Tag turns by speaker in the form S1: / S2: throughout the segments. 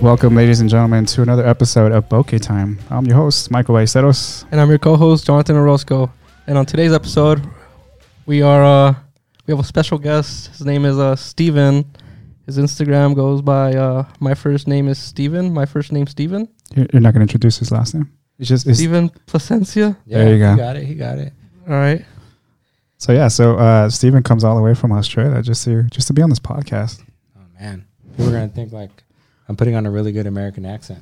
S1: Welcome, ladies and gentlemen, to another episode of Bokeh Time. I'm your host, Michael Baiceros.
S2: And I'm your co-host, Jonathan Orozco. And on today's episode, we are uh, we have a special guest. His name is uh, Steven. His Instagram goes by uh, my first name is Steven. My first name Steven.
S1: You're you're not going to introduce his last name. It's just it's,
S2: Steven Placencia.
S1: There you go.
S3: He got it. He got it.
S2: All right.
S1: so yeah. So uh, Stephen comes all the way from Australia just to just to be on this podcast.
S3: Oh man, people are gonna think like I'm putting on a really good American accent,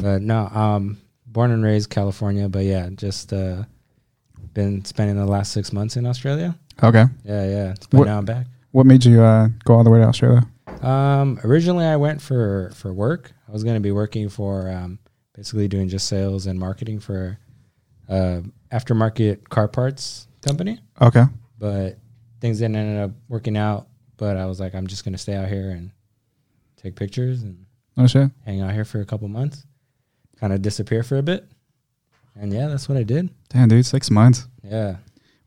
S3: but no. Um, born and raised California, but yeah, just uh, been spending the last six months in Australia.
S1: Okay.
S3: Yeah, yeah. But
S1: What-
S3: now I'm back.
S1: What made you uh, go all the way to Australia?
S3: Um, originally I went for for work. I was gonna be working for um, basically doing just sales and marketing for uh, aftermarket car parts company.
S1: Okay.
S3: but things didn't end up working out. But I was like, I'm just gonna stay out here and take pictures and
S1: Oh shit.
S3: hang out here for a couple months, kind of disappear for a bit, and yeah, that's what I did.
S1: Damn, dude, six months.
S3: Yeah,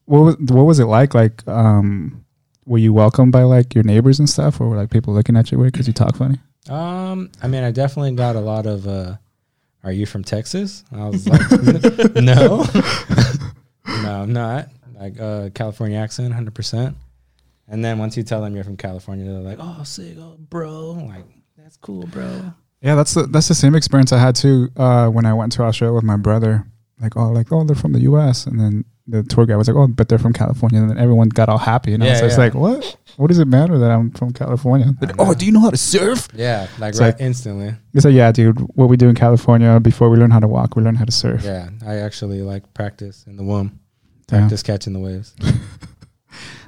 S1: What was what was it like? Like, um, were you welcomed by like your neighbors and stuff, or were like people looking at you weird because you talk funny?
S3: um, I mean, I definitely got a lot of, uh, "Are you from Texas?" And I was like, "No, no, I'm not." Like uh, California accent, hundred percent. And then once you tell them you're from California, they're like, "Oh, sick, oh, bro!" I'm like, that's cool, bro.
S1: Yeah, that's the that's the same experience I had too uh, when I went to Australia with my brother. Like, oh, like oh, they're from the U.S. and then the tour guide was like, oh, but they're from California, and then everyone got all happy, and I was
S3: Yeah,
S1: just
S3: yeah.
S1: like, what? What does it matter that I'm from California? They're like,
S3: know.
S1: oh, do you know how to surf?
S3: Yeah, like
S1: It's
S3: right
S1: like-
S3: instantly.
S1: It's like, yeah, dude. What we do in California before we learn how to walk, we learn how to surf.
S3: Yeah, I actually like practice in the womb,
S1: Damn.
S3: practice catching the waves.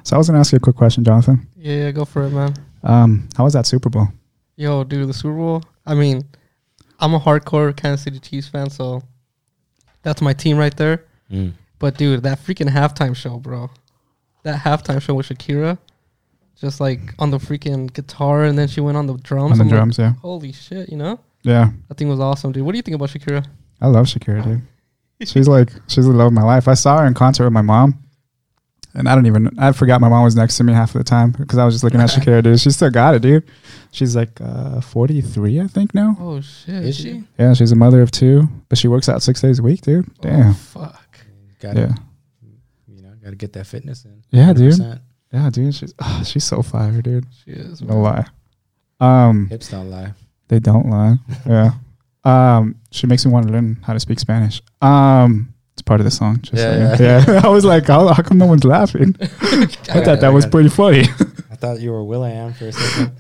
S1: So I was gonna ask you a quick question, Jonathan.
S2: Yeah, go for it, man.
S1: Um, how was that Super Bowl?
S2: Yo, dude, the Super Bowl. I mean, I'm a hardcore Kansas City Chiefs fan, so that's my team right there. But dude, that freaking halftime show, bro. That halftime show with Shakira, just like on the freaking guitar, and then she went on the drums.
S1: On the
S2: I'm like,
S1: drums, yeah,
S2: Holy shit, you know?
S1: yeah.
S2: That thing was awesome, dude. What do you think about Shakira?
S1: I love Shakira, dude. She's like she's the love of my life. I saw her in concert with my mom, and I don't even I forgot my mom was next to me half of the time because I was just looking at Shakira, dude. She still got it, dude. She's like uh, forty three, I think now.
S2: Oh shit.
S3: Is she?
S1: Yeah, she's a mother of two, but she works out six days a week, dude. Damn.
S2: fuck.
S3: Oh, Got
S1: yeah,
S3: to you know, got to get that fitness in.
S1: Yeah, dude.
S3: 100%.
S1: yeah, dude. She's ah, she's so fire, dude.
S2: She is.
S1: No lie. Um,
S3: Hips don't lie.
S1: they don't lie. Yeah. Um, she makes me want to learn how to speak Spanish. Um, it's part of the song. Just
S3: Yeah,
S1: so you know. yeah. I was like, how, how come no one's laughing? I
S3: got
S1: thought
S3: it,
S1: that
S3: I
S1: was
S3: got it.
S1: pretty funny.
S3: I thought you were Will I Am for a second.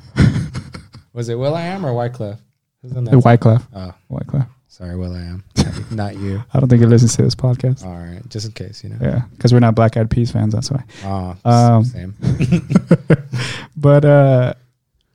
S3: was it Will I Am or Wyclef? Who's on that?
S1: The Wyclef.
S3: oh,
S1: Wyclef.
S3: sorry, Will I Am. Not you.
S1: I don't think he listens to this podcast.
S3: All right, just in case, you know.
S1: Yeah, because we're not Black Eyed Peas fans. That's why.
S3: Oh, s-
S1: Um,
S3: same.
S1: But uh,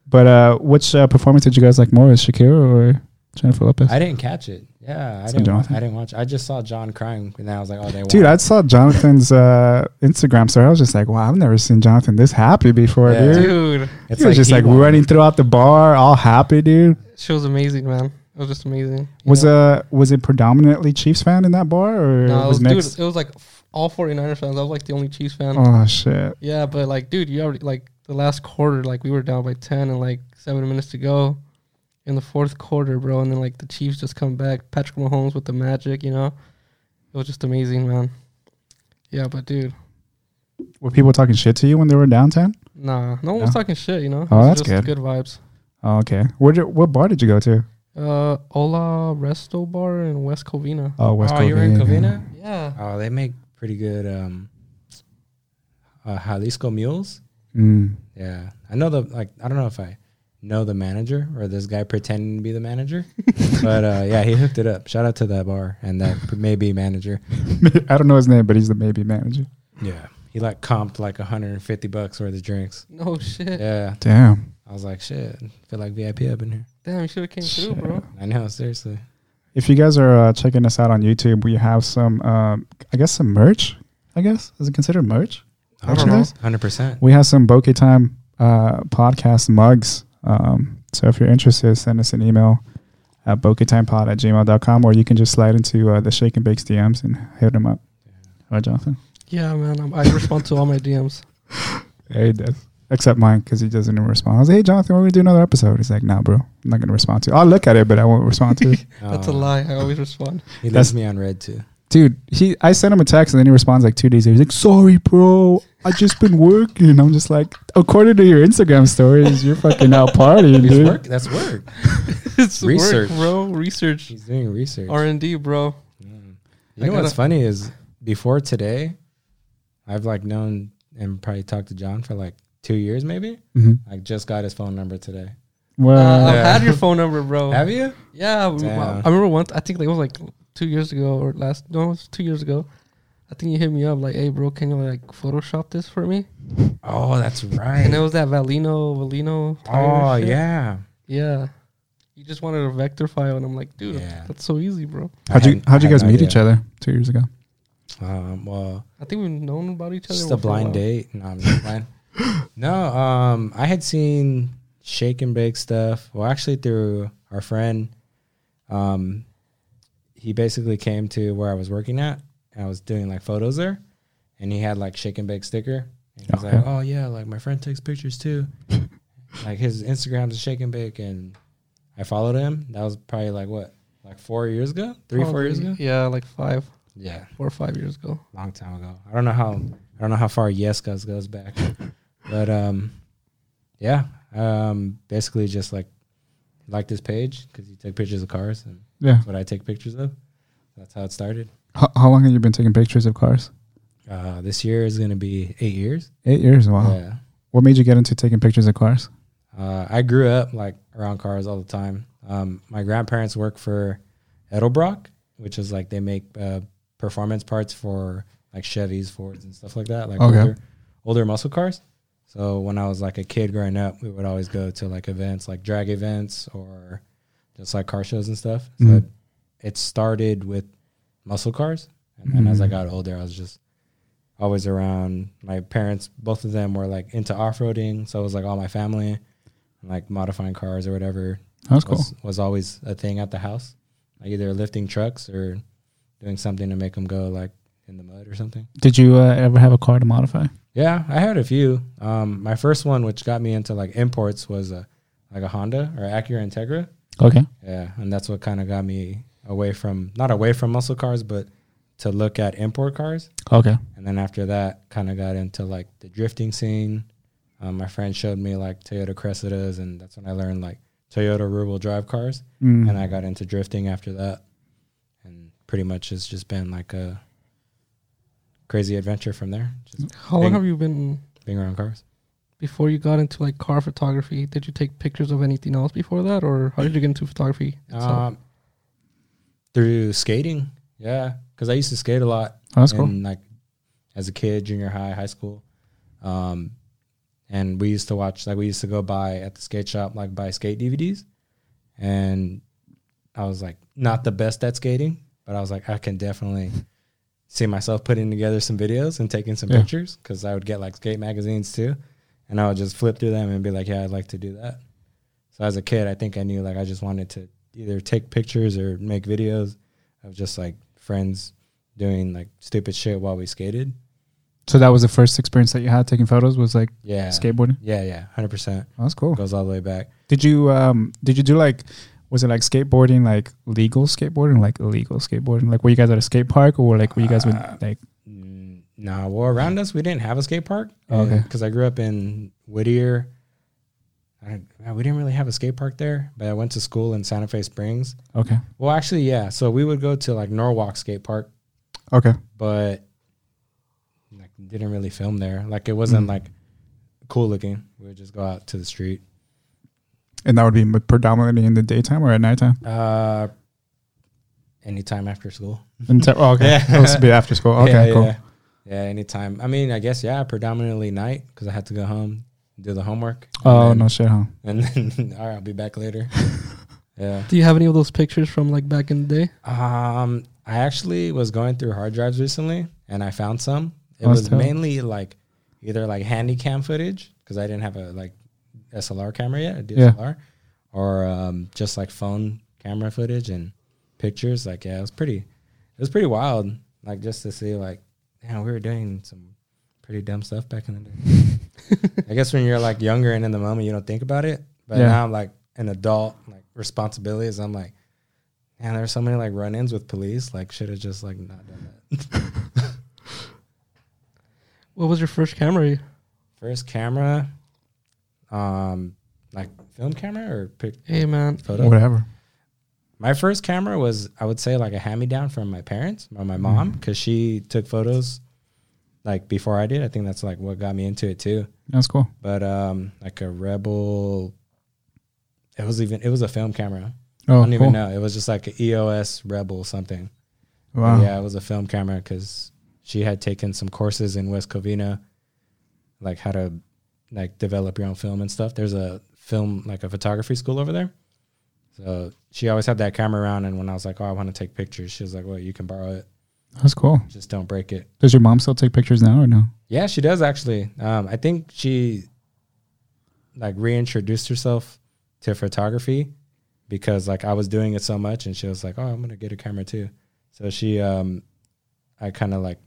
S1: but uh, which uh, performance did you guys like more? Is Shakira or Jennifer Lopez?
S3: I didn't catch it. Yeah, I
S1: So
S3: didn't. wa-
S1: Jonathan?
S3: I didn't watch. I just saw John crying, and I was like, "Oh, they
S1: Dude,
S3: won.
S1: I saw Jonathan's uh, Instagram story. I was just like, wow, I've never seen Jonathan this happy before,
S3: Yeah.
S1: dude.
S2: Dude,
S3: It's
S1: he was just
S3: he
S1: like
S3: won.
S1: running throughout the bar, all happy, dude.
S2: she was amazing, man. It was just amazing.
S1: Was uh was it predominantly Chiefs fan in that bar or
S2: No, it was,
S1: mixed?
S2: dude, it was like f- all 49ers fans. I was like the only Chiefs
S3: um,
S2: fan.
S1: Oh shit!
S2: Yeah, but like, dude, you already like the last quarter, like we were down by ten and like seven minutes to go in the fourth quarter, bro. And then like the Chiefs just come back, Patrick Mahomes with the magic, you know. It was just amazing, man. Yeah, but dude,
S1: Were people talking shit to you when they were downtown?
S2: nah, no one
S1: No?
S2: was talking shit, you know. It
S1: Oh,
S2: was
S1: that's
S2: just
S1: good.
S2: good vibes.
S1: Oh, okay. Where did, what bar did you go to?
S2: Uh, Ola Resto Bar in West Covina.
S1: Oh, West
S3: oh, you were in Covina.
S2: Yeah,
S3: Oh, they make pretty good um, uh, Jalisco mules.
S1: Mm.
S3: Yeah, I know the like. I don't know if I know the manager or this guy pretending to be the manager,
S1: Mm.
S3: but uh, yeah, he hooked it up. Shout out to that bar and that maybe manager.
S1: I don't know his name, but he's the maybe manager.
S3: Yeah, he like comped like 150 bucks worth of drinks.
S2: no shit.
S3: Yeah,
S1: Damn.
S3: I was like, shit, feel like VIP up in here.
S2: Damn, you should have came
S1: Shit.
S2: through, bro.
S3: I know, seriously.
S1: If you guys are uh, checking us out on YouTube, we have some, um, I guess, some merch. I guess is it considered merch?
S2: I don't know.
S1: Merchandise?
S3: Hundred percent.
S1: We have some Bokeh Time uh, podcast mugs. Um, so if you're interested, send us an email at bokehtimepod at gmail.com or you can just slide into uh, the Shake and Bakes DMs and hit them up. All right, Jonathan.
S2: Yeah, man, I'm, I respond to all my DMs.
S1: Hey, Des. except mine because he doesn't even respond. I was like, "Hey, Jonathan, we're gonna do another episode." He's like, "Nah, bro, I'm not gonna respond to. it. I'll look at it, but I won't respond to it."
S2: That's
S3: Oh,
S2: a lie. I always respond.
S3: He
S1: That's-
S3: leaves me on red too.
S1: Dude, he I sent him a text and then he responds like two days later. He's like, "Sorry, bro, I just been working." I'm just like, according to your Instagram stories, you're fucking out partying,
S3: He's
S1: dude.
S3: work. That's work.
S2: it's
S3: Research.
S2: research, bro. Research,
S3: He's doing research.
S2: R and D, bro.
S3: Mm.
S2: I
S3: You know what's
S2: gotta-
S3: funny is before today, I've like known and probably talked to John for like two years, maybe.
S1: Mhm.
S3: I just got his phone number today.
S1: Well,
S2: Uh, I've
S3: Yeah.
S2: had your phone number,
S1: Oh.
S2: bro.
S3: Have you?
S2: Yeah, we-
S3: Damn.
S2: I remember once. I think it was like two years ago or last. No, it was two years ago. I think you hit me up like, "Hey, bro, can you like Photoshop this for me?"
S3: Oh, that's
S2: And it
S3: right.
S2: was that Valino, Valino. tire
S3: Oh
S2: shit.
S3: yeah.
S2: yeah. You just wanted a vector file, and I'm like, dude,
S3: Yeah.
S2: that's so easy, bro.
S1: how'd you
S3: I had-
S1: how'd you
S3: I had
S1: guys
S3: no
S1: meet
S3: idea.
S1: each other two years ago?
S3: Um, well,
S2: I think we've known about each other.
S3: just
S2: for
S3: a
S2: while.
S3: blind date. No, I'm not blind. No, um, I had seen shake and bake stuff. Well, actually, through our friend, um, he basically came to where I was working at, and I was doing like photos there, and he had like shake and bake sticker, and he was like,
S1: Okay.
S3: "Oh yeah, like my friend takes pictures too." like his Instagram's shake and bake, and I followed him. That was probably like what, like four years ago, three, four years ago.
S2: Probably, Yeah, like five,
S3: Yeah,
S2: four or five years ago.
S3: long time ago. I don't know how I don't know how far Yes Guys goes back, but um, yeah, um, basically just like like this page because you take pictures of cars and
S1: Yeah.
S3: that's what I take pictures of. That's how it started.
S1: How, how long have you been taking pictures of cars?
S3: Uh, this year is gonna be eight years.
S1: Eight years. Wow.
S3: Yeah,
S1: What made you get into taking pictures of cars?
S3: uh, I grew up like around cars all the time. Um, my grandparents work for Edelbrock, which is like they make uh, performance parts for like Chevys, Fords, and stuff like that, like
S1: Okay.
S3: older, older muscle cars. So when I was like a kid growing up, we would always go to like events, like drag events or just like car shows and stuff. So
S1: Mhm.
S3: it, it started with muscle cars, and then as I
S1: Mhm.
S3: got older, I was just always around. My parents, both of them, were like into off roading, so it was like all my family, like modifying cars or whatever
S1: That's cool.
S3: was, was always a thing at the house, like either lifting trucks or doing something to make them go like in the mud or something.
S1: Did you uh, ever have a car to modify?
S3: Yeah, I had a few. Um, my first one, which got me into like imports, was a like a Honda or Acura Integra.
S1: Okay.
S3: Yeah, and that's what kind of got me away from not away from muscle cars, but to look at import cars.
S1: Okay.
S3: And then after that, kind of got into like the drifting scene. Um, my friend showed me like Toyota Cressidas, and that's when I learned like Toyota rear wheel drive cars
S1: Mm.
S3: and I got into drifting after that, and pretty much it's just been like a crazy adventure from there. Just
S2: How long
S3: Big-
S2: have you been
S3: being around cars.
S2: before you got into like car photography? Did you take pictures of anything else before that, or how did you get into photography? itself?
S3: Um, through skating, yeah, because I used to skate a lot.
S1: That's cool.
S3: in, Like as a kid, junior high, high school, um, and we used to watch like we used to go buy at the skate shop like buy skate DVDs, and I was like not the best at skating, but I was like I can definitely see myself putting together some videos and taking some
S1: Yeah.
S3: pictures because I would get like skate magazines too, and I would just flip through them and be like, yeah, I'd like to do that. So as a kid, I think I knew like I just wanted to either take pictures or make videos of just like friends doing like stupid shit while we skated.
S1: So that was the first experience that you had taking photos was like
S3: Yeah.
S1: skateboarding.
S3: Yeah, yeah, hundred percent
S1: Oh, that's cool.
S3: goes all the way back.
S1: Did you um did you do like was it like skateboarding like legal skateboarding like illegal skateboarding like were you guys at a skate park or like were you guys with
S3: Uh,
S1: like
S3: Mm, Nah, well, around us we didn't have a skate park.
S1: Oh, Okay.
S3: because I grew up in Whittier. I don't, uh, we didn't really have a skate park there, but I went to school in Santa Fe Springs.
S1: okay
S3: Well, actually, yeah. So we would go to like Norwalk Skate Park,
S1: okay
S3: but like didn't really film there. Like it wasn't
S1: Mm.
S3: like cool looking. We would just go out to the street.
S1: and that would be predominantly in the daytime or at nighttime
S3: Uh, anytime after school.
S1: and te- oh, okay
S3: Yeah.
S1: that was a bit after school okay
S3: yeah,
S1: cool
S3: Yeah. Yeah, anytime. I mean, I guess yeah, predominantly night because I had to go home, do the homework.
S1: oh
S3: and
S1: no shit huh
S3: then, no! And then all right, I'll be back later. yeah.
S2: Do you have any of those pictures from like back in the day?
S3: Um, I actually was going through hard drives recently, and I found some. It
S1: That's
S3: was
S1: dope.
S3: mainly like either like handy cam footage because I didn't have a like SLR camera yet, a
S1: Yeah.
S3: DSLR, or um, just like phone camera footage and pictures. Like, yeah, it was pretty. It was pretty wild. Like just to see, like, man, we were doing some pretty dumb stuff back in the day. I guess when you're like younger and in the moment, you don't think about it. But
S1: Yeah.
S3: now I'm like an adult, like responsibilities. I'm like, man, there's so many like run-ins with police. Like, should have just like not done that.
S2: What was your first camera?
S3: First camera, um, like film camera or pic-
S2: Hey man,
S3: photo.
S1: Whatever.
S3: My first camera was, I would say, like a hand me down from my parents or my mom because she took photos like before I did. I think that's like what got me into it too.
S1: That's cool.
S3: But um, like a Rebel, it was even, it was a film camera.
S1: Oh,
S3: I don't even
S1: cool.
S3: know. It was just like an EOS Rebel something.
S1: Wow.
S3: Yeah, it was a film camera because she had taken some courses in West Covina, like how to like develop your own film and stuff. There's a film like a photography school over there, so she always had that camera around. And when I was like, "Oh, I want to take pictures," she was like, "Well, you can borrow it.
S1: That's cool.
S3: Just don't break it."
S1: Does your mom still take pictures now or no?
S3: Yeah, she does actually. Um, I think she like reintroduced herself to photography because like I was doing it so much, and she was like, "Oh, I'm gonna get a camera too." So she, um, I kind of like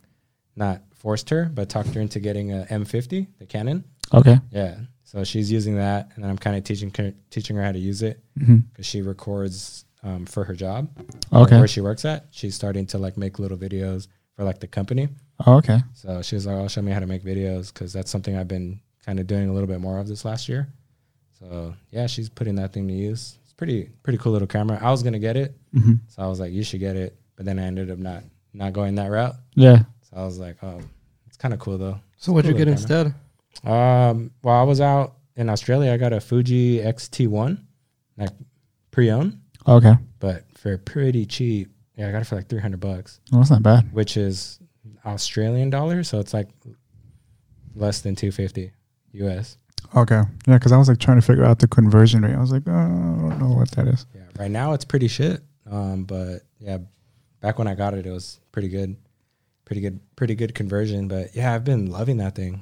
S3: not forced her, but talked her into getting a M50, the Canon.
S1: Okay.
S3: Yeah. So she's using that, and then I'm kind of teaching teaching her how to use it
S1: hmm
S3: because she records um, for her job
S1: Okay.
S3: where she works at. She's starting to like make little videos for like the company.
S1: Oh, okay.
S3: So she was like, "I'll show me how to make videos because that's something I've been kind of doing a little bit more of this last year." So yeah, she's putting that thing to use. It's pretty pretty cool little camera. I was gonna get it,
S1: hmm
S3: so I was like, "You should get it," but then I ended up not not going that route.
S1: Yeah.
S3: So I was like, "Oh, it's kind of cool though."
S2: so what'd you
S3: Cool
S2: get
S3: camera.
S2: instead?
S3: Um, while I was out in Australia, I got a Fuji XT1, like pre-owned,
S1: Okay.
S3: but for pretty cheap. Yeah, I got it for like three hundred bucks,
S1: Well, that's not bad.
S3: which is Australian dollars, so it's like less than two fifty US.
S1: Okay. Yeah, because I was like trying to figure out the conversion rate. I was like, oh, I don't know what that is.
S3: Yeah, right now it's pretty shit. Um, but yeah, back when I got it, it was pretty good, pretty good, pretty good conversion. But yeah, I've been loving that thing.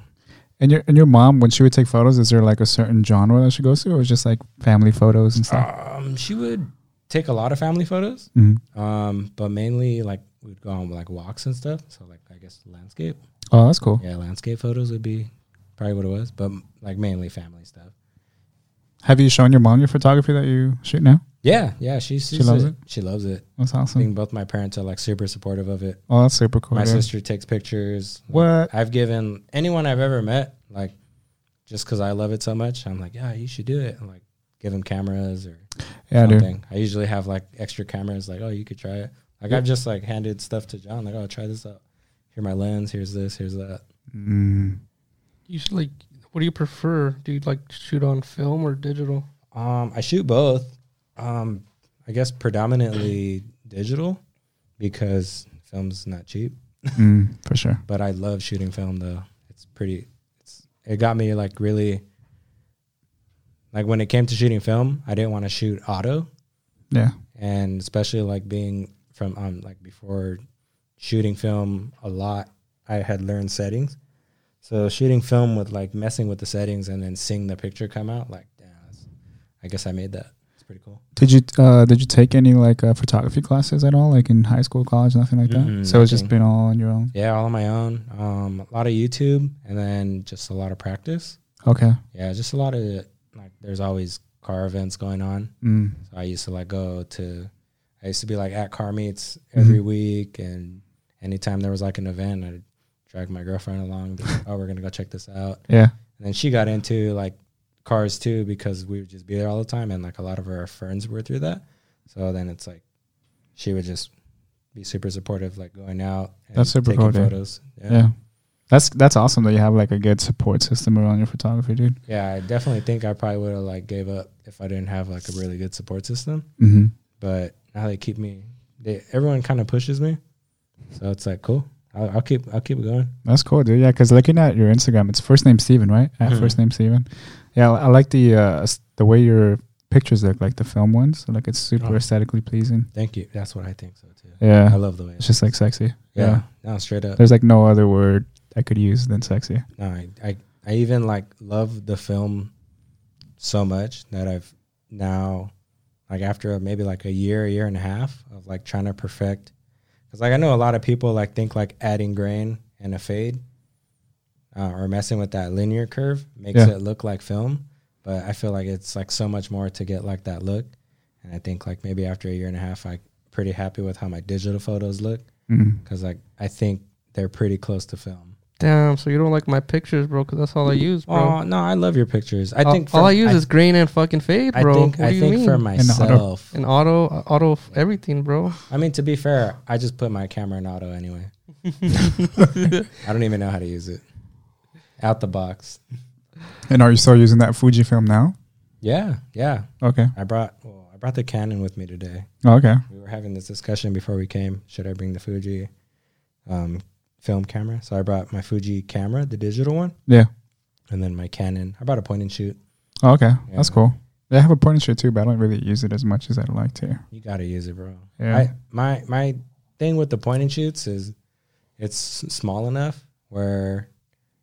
S1: And your and your mom, when she would take photos, is there like a certain genre that she goes to, or is it just like family photos and stuff?
S3: Um, she would take a lot of family photos,
S1: Mhm.
S3: um, but mainly like we'd go on like walks and stuff. So like I guess landscape,
S1: Oh, that's cool.
S3: yeah, landscape photos would be probably what it was, but like mainly family stuff.
S1: Have you shown your mom your photography that you shoot now?
S3: Yeah, yeah, she she
S1: loves
S3: loves
S1: it?
S3: it. She loves it.
S1: That's
S3: I
S1: awesome.
S3: think both my parents are like super supportive of it.
S1: Oh, that's super cool.
S3: My
S1: dude.
S3: sister takes pictures.
S1: What?
S3: I've given anyone I've ever met, like, just because I love it so much, I'm like, yeah, you should do it. And like, give them cameras or
S1: Yeah, dude.
S3: something. I usually have like extra cameras, like, oh, you could try it. Like, I've just like handed stuff to John, like, oh, try this out. Here my lens. Here's this. Here's that.
S1: Mm.
S2: You should like. What do you prefer? Do you like shoot on film or digital?
S3: Um, I shoot both. Um, I guess predominantly digital because film's not cheap.
S1: Mm, for sure.
S3: but I love shooting film though. It's pretty. It's it got me like really. Like when it came to shooting film, I didn't want to shoot auto,
S1: Yeah.
S3: and especially like being from um like before shooting film a lot, I had learned settings. So shooting film with like messing with the settings and then seeing the picture come out, like damn, that's- I guess I made that. It's pretty cool.
S1: Did you uh, did you take any like uh, photography classes at all, like in high school, college, nothing like that?
S3: Mm-mm,
S1: so it's just
S3: nothing.
S1: been all on your own.
S3: Yeah, all on my own. Um, a lot of YouTube and then just a lot of practice.
S1: Okay.
S3: Yeah, just a lot of like there's always car events going on.
S1: Mm.
S3: So I used to like go to I used to be like at car meets every
S1: Mhm.
S3: week and anytime there was like an event I'd drag my girlfriend along, be like, oh we're gonna go check this out.
S1: Yeah.
S3: And then she got into like cars too because we would just be there all the time and like a lot of her friends were through that. So then it's like she would just be super supportive, like going out and
S1: That's super
S3: taking
S1: cool, dude.
S3: photos.
S1: Yeah. That's that's awesome that you have like a good support system around your photography, dude.
S3: Yeah, I definitely think I probably would have like gave up if I didn't have like a really good support system.
S1: Mm-hmm.
S3: But now they keep me. They everyone kind of pushes me, so it's like cool. I'll, I'll keep I'll keep it going.
S1: That's cool, dude. Yeah, because looking at your Instagram, it's first name Steven, right? At
S3: Mhm.
S1: first name Steven. Yeah, I I like the uh, s- the way your pictures look, like the film ones. So, like it's super
S3: Oh.
S1: aesthetically pleasing.
S3: Thank you. That's what I think so too. I
S1: Yeah,
S3: love the way.
S1: it's just like sexy.
S3: yeah. No, straight up.
S1: There's like no other word I could use than sexy.
S3: No, I, I I even like love the film so much that I've now like after maybe like a year, a year and a half of like trying to perfect because like I know a lot of people like think like adding grain and a fade uh, or messing with that linear curve makes
S1: Yeah.
S3: it look like film. But I feel like it's like so much more to get like that look. And I think like maybe after a year and a half, I pretty happy with how my digital photos look
S1: Mm.
S3: because like I think they're pretty close to film.
S2: Damn, so you don't like my pictures, bro? Because that's all I use, bro.
S3: Oh no, I love your pictures. I
S2: all,
S3: think
S2: all
S3: for-
S2: Mm. I use is grain and fucking fade,
S3: I
S2: bro.
S3: think
S2: what
S3: I
S2: do you
S3: think
S2: mean?
S3: for
S1: auto.
S3: myself.
S2: and auto, auto, f- everything, bro.
S3: I mean, to be fair, I just put my camera in auto anyway. I don't even know how to use it. Out the box.
S1: And are you still using that Fujifilm now?
S3: Yeah, yeah.
S1: Okay.
S3: I brought well, I brought the Canon with me today.
S1: Oh, okay.
S3: We were having this discussion before we came. Should I bring the Fuji um, film camera? So I brought my Fuji camera, the digital one,
S1: Yeah.
S3: and then my Canon. I brought a point and shoot.
S1: Oh, okay.
S3: Yeah.
S1: That's cool. Yeah, I have a point and shoot too, but I don't really use it as much as I'd like to.
S3: You gotta use it, bro.
S1: Yeah.
S3: I, my my thing with the point and shoots is it's s- small enough where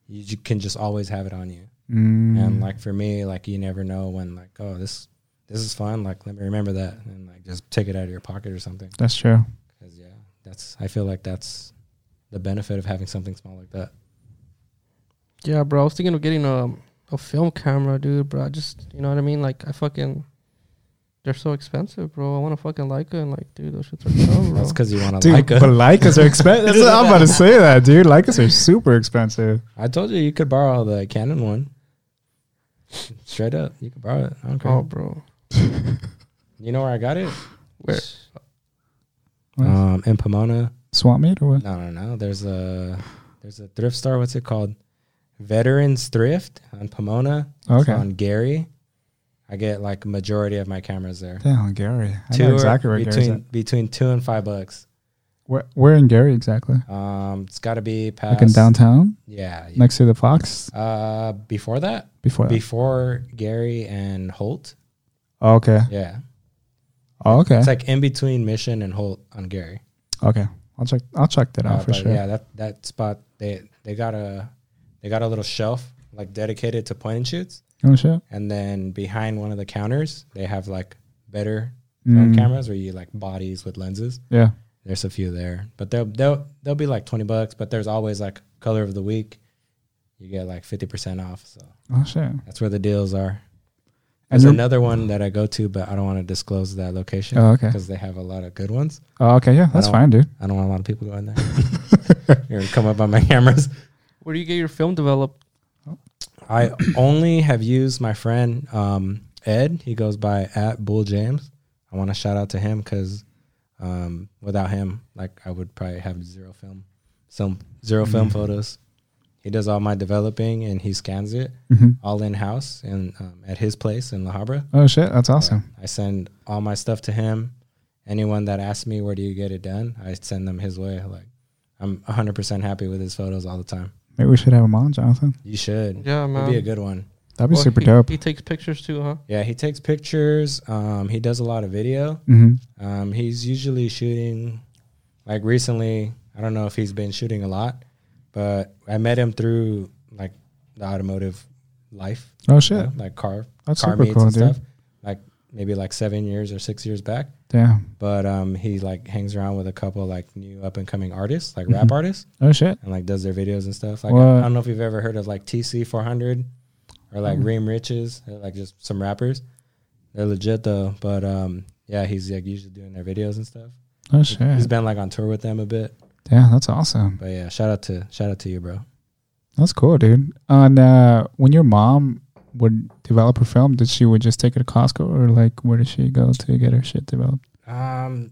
S3: you, you can just always have it on you.
S1: Mm.
S3: And like for me, like you never know when like oh this this is fun. Like let me remember that and like just take it out of your pocket or something.
S1: That's true.
S3: 'Cause, yeah, that's I feel like that's the benefit of having something small like that.
S2: Yeah, bro. I was thinking of getting a a film camera, dude. Bro, I just you know what I mean. Like I fucking, they're so expensive, bro. I want to fucking Leica and like, dude, those shits are dumb, bro.
S3: That's because you want to
S1: Dude,
S3: like
S1: but Leicas are expensive. I'm about to say that, dude. Leicas are super expensive.
S3: I told you you could borrow the Canon one. Straight up, you could borrow it. I don't care.
S2: Oh, bro.
S3: You know where I got it?
S2: Where?
S1: What?
S3: Um, in Pomona.
S1: Swap meet or what?
S3: No, no, no. There's a there's a thrift store. What's it called? Veterans Thrift on Pomona. It's
S1: Okay.
S3: on Gary. I get like majority of my cameras there.
S1: Damn, Gary. I
S3: Two
S1: know
S3: or
S1: exactly where Gary's
S3: between
S1: at.
S3: between two and five bucks.
S1: Where, where in Gary exactly?
S3: Um, it's got to be past
S1: Like in downtown,
S3: Yeah. yeah.
S1: next to the Fox.
S3: Uh, before that,
S1: Before that.
S3: before Gary and Holt.
S1: Oh, okay.
S3: Yeah,
S1: Oh, okay.
S3: it's like in between Mission and Holt on Gary.
S1: okay. I'll check. I'll check that
S3: Uh,
S1: out for
S3: but
S1: sure.
S3: Yeah, that that spot they they got a they got a little shelf like dedicated to point and shoots,
S1: Oh shit.
S3: and then behind one of the counters they have like better film
S1: Mm.
S3: cameras where you like bodies with lenses.
S1: Yeah.
S3: There's a few there, but they'll they'll they'll be like twenty bucks. But there's always like color of the week. You get like fifty percent off, so
S1: Oh shit.
S3: that's where the deals are.
S1: And
S3: There's
S1: you're-
S3: another one that I go to, but I don't want to disclose that location
S1: Oh, okay.
S3: because they have a lot of good ones.
S1: Oh, okay. Yeah, that's
S3: don't-
S1: fine, dude.
S3: I don't want a lot of people going there. You're gonna come up on my cameras.
S2: Where do you get your film developed?
S3: I only have used my friend um, Ed. He goes by at Bull James. I want to shout out to him because um, without him, like I would probably have zero film, some zero film photos. He does all my developing and he scans it
S1: Mhm.
S3: all in house and um, at his place in La Habra.
S1: Oh shit, that's awesome.
S3: I send all my stuff to him. Anyone that asks me where do you get it done, I send them his way. Like I'm 100% happy with his photos all the time.
S1: Maybe we should have him on, Jonathan.
S3: You should.
S2: Yeah,
S3: It'd be a
S2: man.
S3: good one.
S1: That'd be
S2: Well,
S1: super
S2: he,
S1: dope.
S2: He takes pictures too, huh?
S3: Yeah, he takes pictures. Um, he does a lot of video.
S1: hmm
S3: Um, he's usually shooting, like recently. I don't know if he's been shooting a lot, but I met him through like the automotive life,
S1: Oh
S3: you
S1: shit,
S3: know, like car
S1: that's
S3: car
S1: super
S3: meets
S1: cool,
S3: and
S1: dude.
S3: stuff. Like maybe like seven years or six years back.
S1: Damn.
S3: but um, he like hangs around with a couple like new up and coming artists, like rap
S1: Mhm.
S3: artists,
S1: Oh shit.
S3: and like does their videos and stuff. Like I,
S1: What?
S3: I don't know if you've ever heard of like TC four hundred or
S1: Hmm.
S3: like Reem Riches, or, like just some rappers. They're legit though, but um, yeah, he's like usually doing their videos and stuff.
S1: Oh
S3: He's
S1: shit.
S3: been like on tour with them a bit,
S1: Yeah, that's awesome.
S3: but yeah, shout out to shout out to you, bro.
S1: That's cool, dude. And uh, when your mom would develop her film, did she would just take it to Costco or like where did she go to get her shit developed?
S3: Um,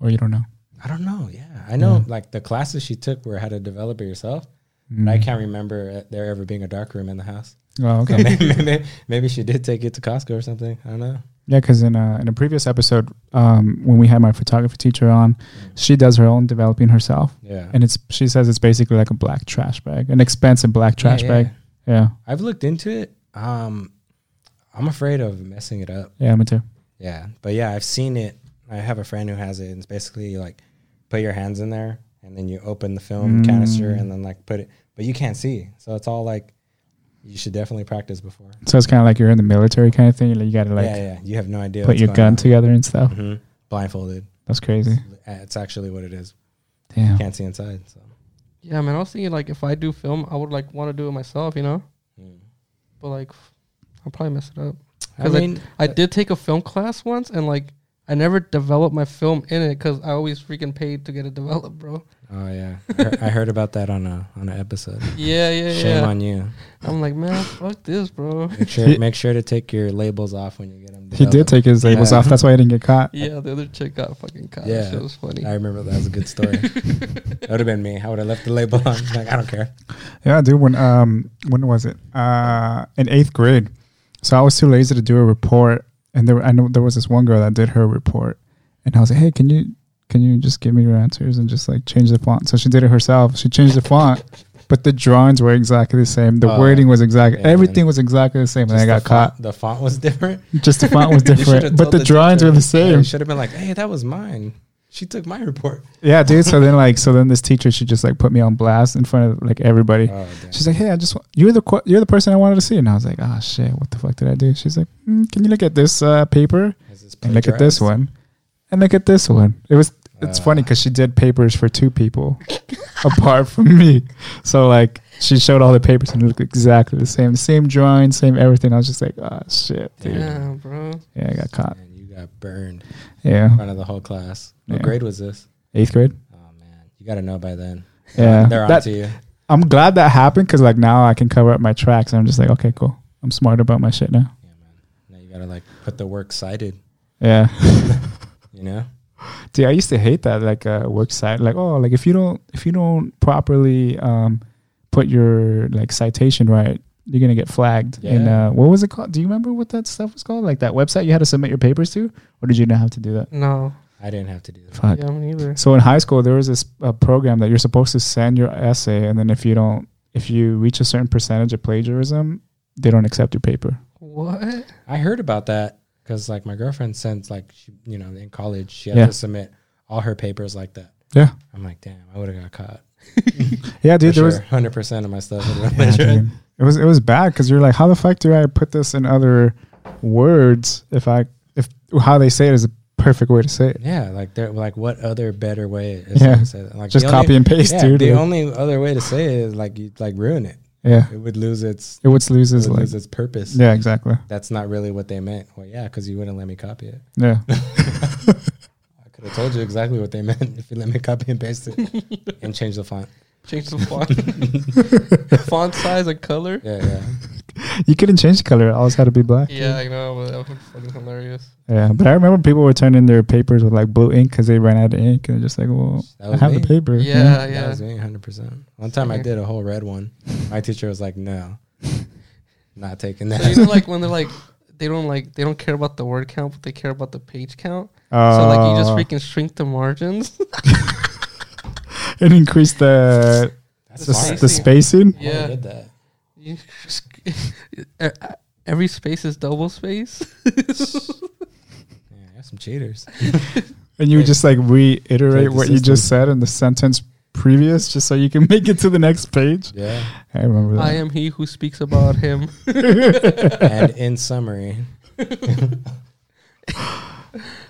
S1: Or you don't know?
S3: I don't know. Yeah, I know
S1: Yeah.
S3: like the classes she took were how to develop it yourself,
S1: Mm.
S3: but I can't remember uh, there ever being a dark room in the house.
S1: Oh,
S3: So
S1: okay.
S3: maybe, maybe, maybe she did take it to Costco or something. I don't know.
S1: Yeah, because in a in a previous episode, um, when we had my photography teacher on, she does her own developing herself,
S3: Yeah.
S1: and it's she says it's basically like a black trash bag, an expensive black trash
S3: Yeah, yeah,
S1: bag. Yeah,
S3: I've looked into it. Um, I'm afraid of messing it up.
S1: yeah, me too.
S3: Yeah. But yeah, I've seen it. I have a friend who has it. And it's basically like put your hands in there and then you open the film
S1: Mm.
S3: canister and then like put it, but you can't see. So it's all like, you should definitely practice before.
S1: So it's kind of like you're in the military kind of thing. Like you got to like
S3: yeah. Yeah. You have no idea.
S1: put
S3: what's
S1: your
S3: going
S1: gun
S3: on.
S1: together and stuff.
S3: Mhm. Blindfolded.
S1: That's crazy.
S3: It's actually what it is.
S1: Damn.
S3: Can't see inside. So
S2: Yeah, man. I was thinking like if I do film, I would like want to do it myself, you know. But like, I'll probably mess it up.
S3: I
S2: 'Cause I-
S3: mean,
S2: I did take a film class once, and like I never developed my film in it because I always freaking paid to get it developed, bro.
S3: oh yeah, I heard, I heard about that on a on an episode.
S2: Yeah, yeah,
S3: Shame
S2: yeah.
S3: on you.
S2: I'm like, man, fuck this, bro.
S3: Make sure, make sure to take your labels off when you get them.
S1: He did
S3: developed.
S1: take his labels
S3: Yeah.
S1: off. That's why he didn't get caught.
S2: Yeah, the other chick got fucking caught.
S3: Yeah.
S2: Yeah, shit was funny.
S3: I remember that was a good story. that would have been me. I would have left the label on. Like I don't care.
S1: Yeah, dude. When um, when was it? Uh, in eighth grade. So I was too lazy to do a report, and there were- I know there was this one girl that did her report, and I was like, hey, can you can you just give me your answers and just like change the font? So she did it herself. She changed the font, but the drawings were exactly the same. The
S3: Oh,
S1: wording was exactly
S3: yeah,
S1: everything
S3: man.
S1: was exactly the same, and
S3: Just
S1: I got
S3: the
S1: caught.
S3: Font, the font was different.
S1: Just the font was
S3: You should've
S1: different, but
S3: told
S1: the drawings
S3: teacher.
S1: were the
S3: Yeah,
S1: same.
S3: you should have been like, "Hey, that was mine. She took my report."
S1: Yeah, dude. So then like so then this teacher she just like put me on blast in front of like everybody.
S3: Oh, damn.
S1: She's like, "Hey, I just wa- you're the qu- you're the person I wanted to see," and I was like, "Ah, shit, what the fuck did I do?" She's like, mm, "Can you look at this uh, paper
S3: Is this
S1: and look at this
S3: plagiarized?
S1: one, and look at this one?" It was it's
S3: Uh.
S1: funny because she did papers for two people apart from me, so like she showed all the papers and it looked exactly the same, same drawing, same everything. I was just like, "Ah, shit, dude, yeah,
S2: yeah, bro.
S1: I got caught."
S3: Man, you got burned in
S1: Yeah,
S3: front of the whole class. What
S1: Yeah.
S3: grade was this?
S1: eighth grade.
S3: Oh man, you got to know by then.
S1: Yeah,
S3: They're on
S1: Uh, That-
S3: to you.
S1: I'm glad that happened because like now I can cover up my tracks. And I'm just like, okay, cool. I'm smart about my shit now.
S3: Yeah, man. Now you got to like put the work cited.
S1: Yeah.
S3: You know,
S1: Dude, I used to hate that like uh, work site. Like, oh, like if you don't if you don't properly um, put your like citation right, you're gonna get flagged. And
S3: Yeah.
S1: uh, what was it called? Do you remember what that stuff was called? Like that website you had to submit your papers to, or did you not have to do that?
S2: No,
S3: I didn't have to do that.
S1: Fuck.
S2: yeah, me neither.
S1: So in high school, there was this uh, program that you're supposed to send your essay, and then if you don't, if you reach a certain percentage of plagiarism, they don't accept your paper.
S2: What?
S3: I heard about that because like my girlfriend sends like she, you know in college she had
S1: Yeah.
S3: to submit all her papers like that.
S1: Yeah.
S3: I'm like, damn, I would have got caught.
S1: Yeah, dude. there was
S3: hundred percent of my stuff. would've been
S1: Yeah,
S3: plagiarized.
S1: dude. It was it was bad because you're like, how the fuck do I put this in other words if I if how they say it is a perfect way to say it?
S3: Yeah, like there, like what other better way is
S1: Yeah.
S3: to say that? Like
S1: Just
S3: the
S1: copy
S3: only,
S1: and paste,
S3: yeah,
S1: dude.
S3: The
S1: Like,
S3: only other way to say it is like you like ruin it.
S1: yeah,
S3: It would lose its
S1: it would lose
S3: it
S1: his
S3: would
S1: like,
S3: lose its purpose.
S1: yeah, exactly,
S3: That's not really what they meant. Well, yeah, because you wouldn't let me copy it.
S1: yeah,
S3: I could have told you exactly what they meant if you let me copy and paste it and change the font.
S2: Change the font, font size and color.
S3: Yeah, yeah.
S1: you couldn't change the color; it always had to be black.
S2: Yeah, I know, but that was fucking hilarious.
S1: yeah. But I remember people were turning their papers with like blue ink because they ran out of ink, and they're just like, well,
S3: That
S1: I
S3: was
S1: have
S3: me.
S1: the paper.
S2: Yeah,
S3: That
S2: yeah.
S3: was me, hundred percent. One time I
S2: Same.
S3: did a whole red one. My teacher was like, "No, not taking
S2: So you
S3: that."
S2: know, like when they're like, they don't like, they don't care about the word count, but they care about the page count.
S1: Uh,
S2: so like, you just freaking shrink the margins.
S1: it increased the
S3: That's
S1: the,
S3: smart.
S1: s- the spacing.
S3: Why they
S2: Yeah.
S3: did Oh, that.
S2: You just- e- Every space is double space.
S3: Yeah, I got some cheaters.
S1: And you would just like reiterate
S3: Take the
S1: what you just said in the sentence previous, just so you can make it to the next page.
S3: Yeah.
S1: I remember that.
S2: I am he who speaks about him.
S3: and in summary,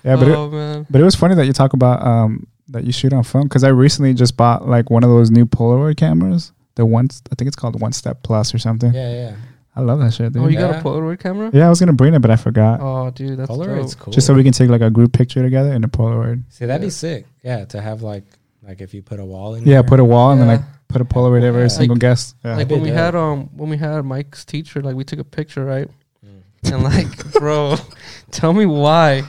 S1: Yeah, but it,
S2: oh man,
S1: but it was funny that you talk about um that you shoot on film because I recently just bought like one of those new Polaroid cameras. The one I think it's called One Step Plus or something.
S3: yeah, yeah.
S1: I love that shit, dude.
S2: oh, you
S1: yeah.
S2: got a
S3: Yeah.
S2: Polaroid camera?
S1: I was gonna bring it, but I forgot.
S2: Oh, dude, that's
S3: Polaroid's
S2: dope.
S3: cool.
S1: Just so we can take like a group picture together in a Polaroid.
S3: See, that'd
S2: Yeah.
S3: be sick. Yeah, to have like like if you put a wall in.
S1: Yeah,
S3: your-
S1: put a wall and then
S2: Yeah.
S1: like put a Polaroid over
S3: Like-
S1: every single guest. Yeah.
S2: like
S3: That'd be
S2: when we
S3: dope.
S2: had um when we had Mike's teacher, like we took a picture, right?
S3: Mm.
S2: And like, bro, tell me why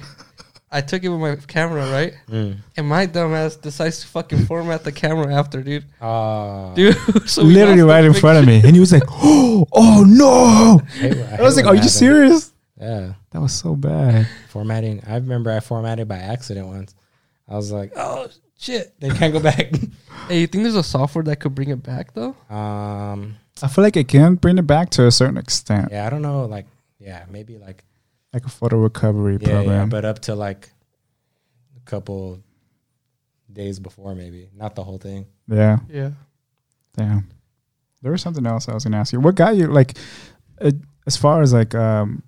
S2: I took it with my camera, right?
S3: Mm.
S2: And my dumbass decides to fucking format the camera after, dude.
S3: Ah.
S2: Dude, so we
S1: Literally
S2: lost the
S1: right in
S2: picture.
S1: front of me, and he was like, "Oh, oh no!"
S3: I, hate-
S1: I
S3: hate
S1: was like,
S3: when
S1: "Are you
S3: that happens.
S1: serious?"
S3: Yeah,
S1: That was so bad.
S3: formatting. I remember I formatted by accident once. I was like, oh shit, they can't go back.
S2: Hey, you think there's a software that could bring it back though?
S3: um.
S1: I feel like it can bring it back to a certain extent,
S3: Yeah, I don't know. Like, yeah, maybe like
S1: like a photo recovery
S3: yeah, yeah,
S1: program.
S3: but up to like a couple days before, maybe not the whole thing.
S1: yeah.
S2: Yeah.
S1: Damn. There was something else I was gonna ask you. What got you like, uh, as far as like, um,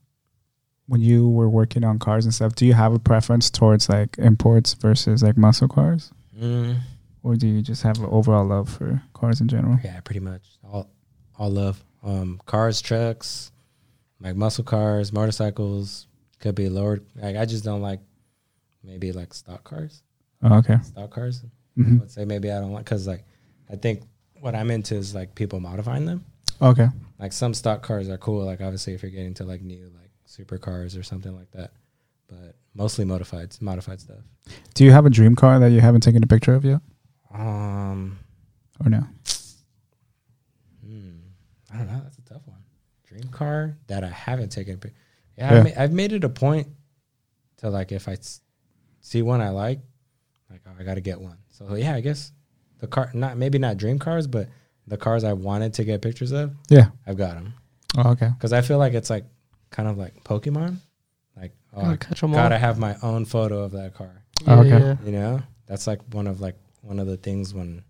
S1: when you were working on cars and stuff? Do you have a preference towards like imports versus like muscle cars?
S3: Mm.
S1: or do you just have an overall love for cars in general?
S3: Yeah, pretty much all all love um, cars, trucks, like muscle cars, motorcycles. Could be lowered. Like I just don't like maybe like stock cars.
S1: Oh, okay.
S3: Stock cars.
S1: hmm
S3: I would say maybe I don't like because like I think what I'm into is like people modifying them.
S1: Okay.
S3: Like some stock cars are cool. Like obviously if you're getting to like new like supercars or something like that, but mostly modified modified stuff.
S1: Do you have a dream car that you haven't taken a picture of yet,
S3: Um,
S1: or no?
S3: Hmm. I don't know. That's a tough one. Dream car that I haven't taken. a pic- Yeah,
S1: Yeah.
S3: I ma- I've made it a point to like if I s- see one I like, like oh, I got to get one. So yeah, I guess the car, not maybe not dream cars, but the cars I wanted to get pictures of,
S1: Yeah.
S3: I've got them
S1: Oh, okay.
S3: because I feel like it's like kind of like Pokemon. Like oh,
S2: Gotta
S3: I
S2: catch 'em all.
S3: gotta have my own photo of that car.
S1: Oh, okay.
S3: You know, that's like one of like one of the things when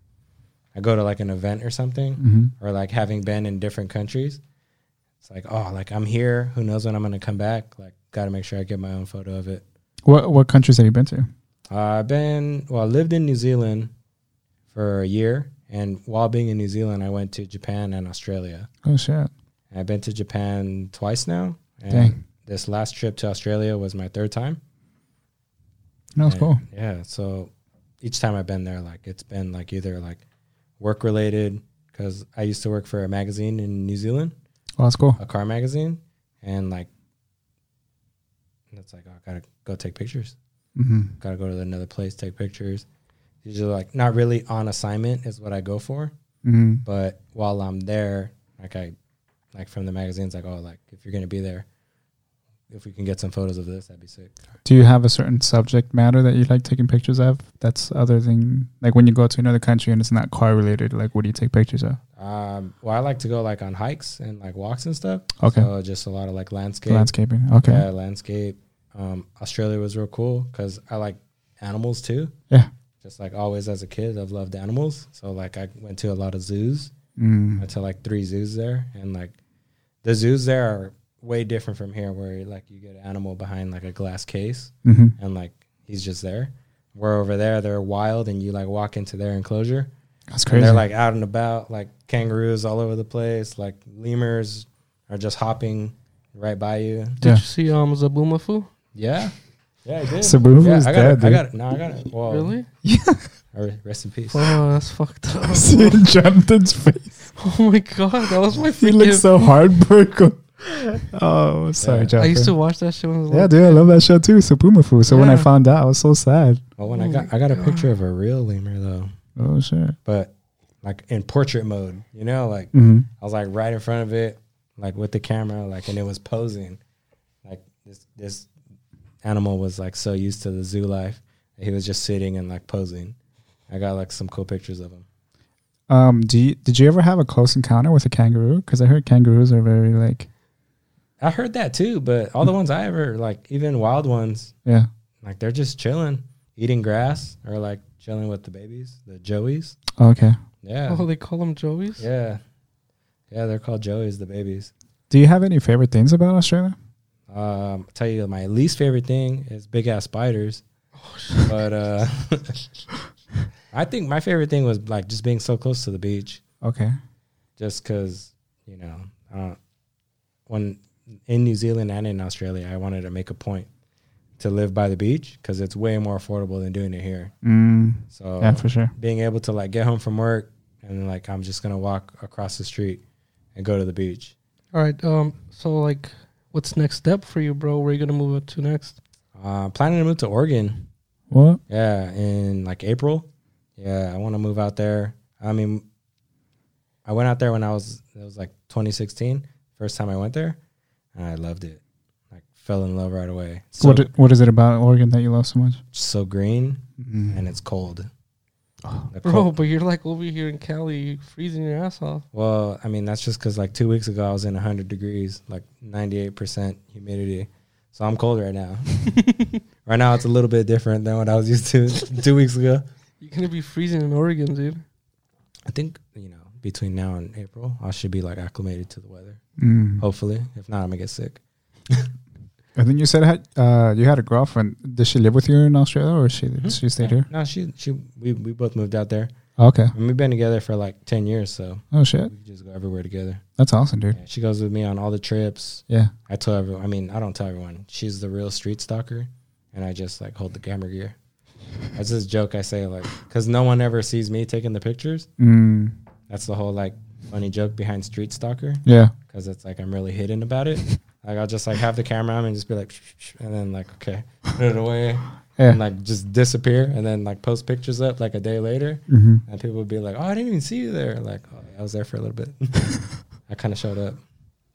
S3: I go to like an event or something
S1: hmm
S3: or like having been in different countries, it's like, oh, like I'm here. Who knows when I'm going to come back? Like, got to make sure I get my own photo of it.
S1: What What countries have you been to?
S3: Uh, I've been, well, I lived in New Zealand for a year. And while being in New Zealand, I went to Japan and Australia.
S1: Oh shit.
S3: And I've been to Japan twice now. And
S1: Dang.
S3: this last trip to Australia was my third time.
S1: That was
S3: And,
S1: cool.
S3: Yeah. So each time I've been there, like, it's been like either like work related, because I used to work for a magazine in New Zealand.
S1: Oh, that's cool.
S3: a car magazine and like it's like oh, I gotta go take pictures.
S1: hmm
S3: Gotta go to another place, take pictures. Usually like not really on assignment is what I go for. Mm-hmm.
S1: hmm
S3: But while I'm there, like I like from the magazine's like, oh like if you're gonna be there, if we can get some photos of this, that'd be sick.
S1: Do you have a certain subject matter that you like taking pictures of? That's other than like when you go to another country and it's not car related. Like, what do you take pictures of?
S3: Um well I like to go like on hikes and like walks and stuff.
S1: Okay.
S3: So just a lot of like landscape.
S1: Landscaping. Okay.
S3: Yeah, landscape. Um, Australia was real cool because I like animals too.
S1: Yeah.
S3: Just like always as a kid, I've loved animals. So like I went to a lot of zoos. I
S1: Mm.
S3: went to like three zoos there, and like the zoos there are way different from here, where like you get an animal behind like a glass case,
S1: hmm
S3: and like he's just there. Where over there, they're wild, and you like walk into their enclosure,
S1: That's
S3: and
S1: crazy.
S3: they're like out and about, like kangaroos all over the place, like lemurs are just hopping right by you.
S2: Did
S1: Yeah.
S2: you see um Zabumafu?
S3: Yeah. Yeah, I did.
S1: Sabumafu
S3: yeah,
S1: is
S3: I got
S1: dead,
S3: it. I
S1: dude.
S3: got it. No, I got it. Well,
S2: Really?
S3: uh, Rest in peace.
S2: Oh, that's fucked up.
S1: I see it in Jonathan's face.
S2: oh my god, that was my
S1: He looks
S2: freaking.
S1: so heartbroken. Oh, sorry,
S3: Yeah.
S1: Jonathan.
S2: I used to watch that shit when I was
S1: yeah,
S2: like,
S1: dude, I love that show too, Sapuma Fu. So when I
S2: Yeah.
S1: found out, I was so sad.
S3: Well, when I
S2: Oh
S3: got,
S2: my
S3: I got a
S2: God.
S3: picture of a real lemur though,
S1: Oh shit.
S3: but like in portrait mode, you know, like
S1: hmm
S3: I was like right in front of it, like with the camera, like, and it was posing, like this this animal was like so used to the zoo life, he was just sitting and like posing. I got like some cool pictures of him.
S1: Um, do you, did you ever have a close encounter with a kangaroo? Because I heard kangaroos are very like,
S3: I heard that too, but all the ones I ever like, even wild ones,
S1: yeah.
S3: like they're just chilling, eating grass or like chilling with the babies, the joeys.
S1: Okay.
S3: Yeah.
S2: oh, they call them Joey's.
S3: Yeah. Yeah, they're called Joey's the babies.
S1: Do you have any favorite things about Australia?
S3: Um, I'll tell you my least favorite thing is big ass spiders. But uh I think my favorite thing was like just being so close to the beach
S1: Okay.
S3: just cuz, you know, uh when in New Zealand and in Australia, I wanted to make a point to live by the beach cuz it's way more affordable than doing it here.
S1: Mm,
S3: So
S1: yeah, for sure.
S3: being able to like get home from work and then like I'm just going to walk across the street and go to the beach.
S2: All right. Um. So like, what's next step for you, bro? Where you gonna move up to next?
S3: Uh, planning to move to Oregon.
S1: What?
S3: Yeah, in like April. Yeah, I want to move out there. I mean, I went out there when I was it was like 2016, first time I went there, and I loved it. Like fell in love right away. So
S1: what? i- What is it about Oregon that you love so much?
S3: so green
S1: Mm.
S3: and it's cold. The
S2: Bro,
S3: cold-
S2: but you're like over here in Cali, you freezing your ass off.
S3: Well, I mean that's just because like two weeks ago I was in 100 degrees, like 98 percent humidity. So I'm cold right now. right now it's a little bit different than what I was used to two weeks ago.
S2: You're gonna be freezing in Oregon, dude.
S3: I think you know between now and April, I should be like acclimated to the weather.
S1: Mm.
S3: Hopefully, if not, I'm gonna get sick.
S1: I think you said had, uh, you had a girlfriend. Did she live with you in Australia or she she stayed here?
S3: No, she she we we both moved out there.
S1: Oh, okay.
S3: And we've been together for like ten years, so
S1: Oh shit,
S3: we just go everywhere together.
S1: that's awesome, dude.
S3: Yeah, she goes with me on all the trips.
S1: Yeah.
S3: I tell everyone. I mean, I don't tell everyone. She's the real street stalker, and I just like hold the camera gear. That's this joke I say like because no one ever sees me taking the pictures.
S1: Mm,
S3: That's the whole like funny joke behind street stalker
S1: yeah.
S3: because it's like I'm really hidden about it. Like I'll just like have the camera on me and just be like, "Shh, shh, shh," and then like okay, put it away,
S1: Yeah.
S3: and like just disappear, and then like post pictures up like a day later,
S1: hmm
S3: and people would be like, oh, I didn't even see you there. Like oh, I was there for a little bit. I kind of showed up,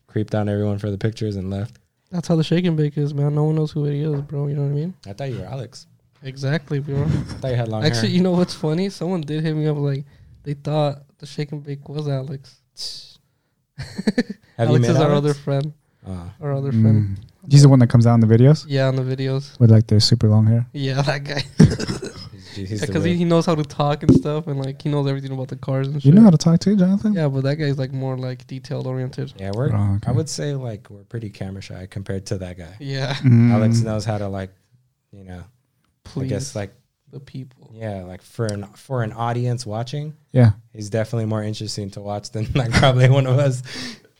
S3: creeped on everyone for the pictures and left.
S2: That's how the shake and bake is, man. No one knows who it is, bro. You know what I mean?
S3: I thought you were Alex.
S2: Exactly, bro.
S3: I thought you had long
S2: Actually,
S3: hair.
S2: you know what's funny? Someone did hit me up like they thought the shake and bake was Alex.
S3: Have
S2: Alex
S3: you
S2: is
S3: met
S2: our
S3: Alex?
S2: other friend.
S3: Oh,
S2: Our other friend.
S1: Mm. He's the one that comes out in the videos
S2: Yeah, on the videos.
S1: with like their super long hair.
S2: Yeah, that guy.
S3: he's, he's the
S2: Because he,
S3: real-
S2: he knows how to talk and stuff, and like he knows everything about the cars and shit.
S1: You know how to talk too, Jonathan?
S2: yeah, but that guy's like more like detailed oriented.
S3: yeah, we're.
S1: Oh, okay.
S3: I would say like we're pretty camera shy compared to that guy.
S2: Yeah,
S1: Mm.
S3: Alex knows how to like, you know,
S2: please.
S3: I guess like
S2: the people.
S3: yeah, like for an for an audience watching,
S1: Yeah.
S3: he's definitely more interesting to watch than like probably one of us.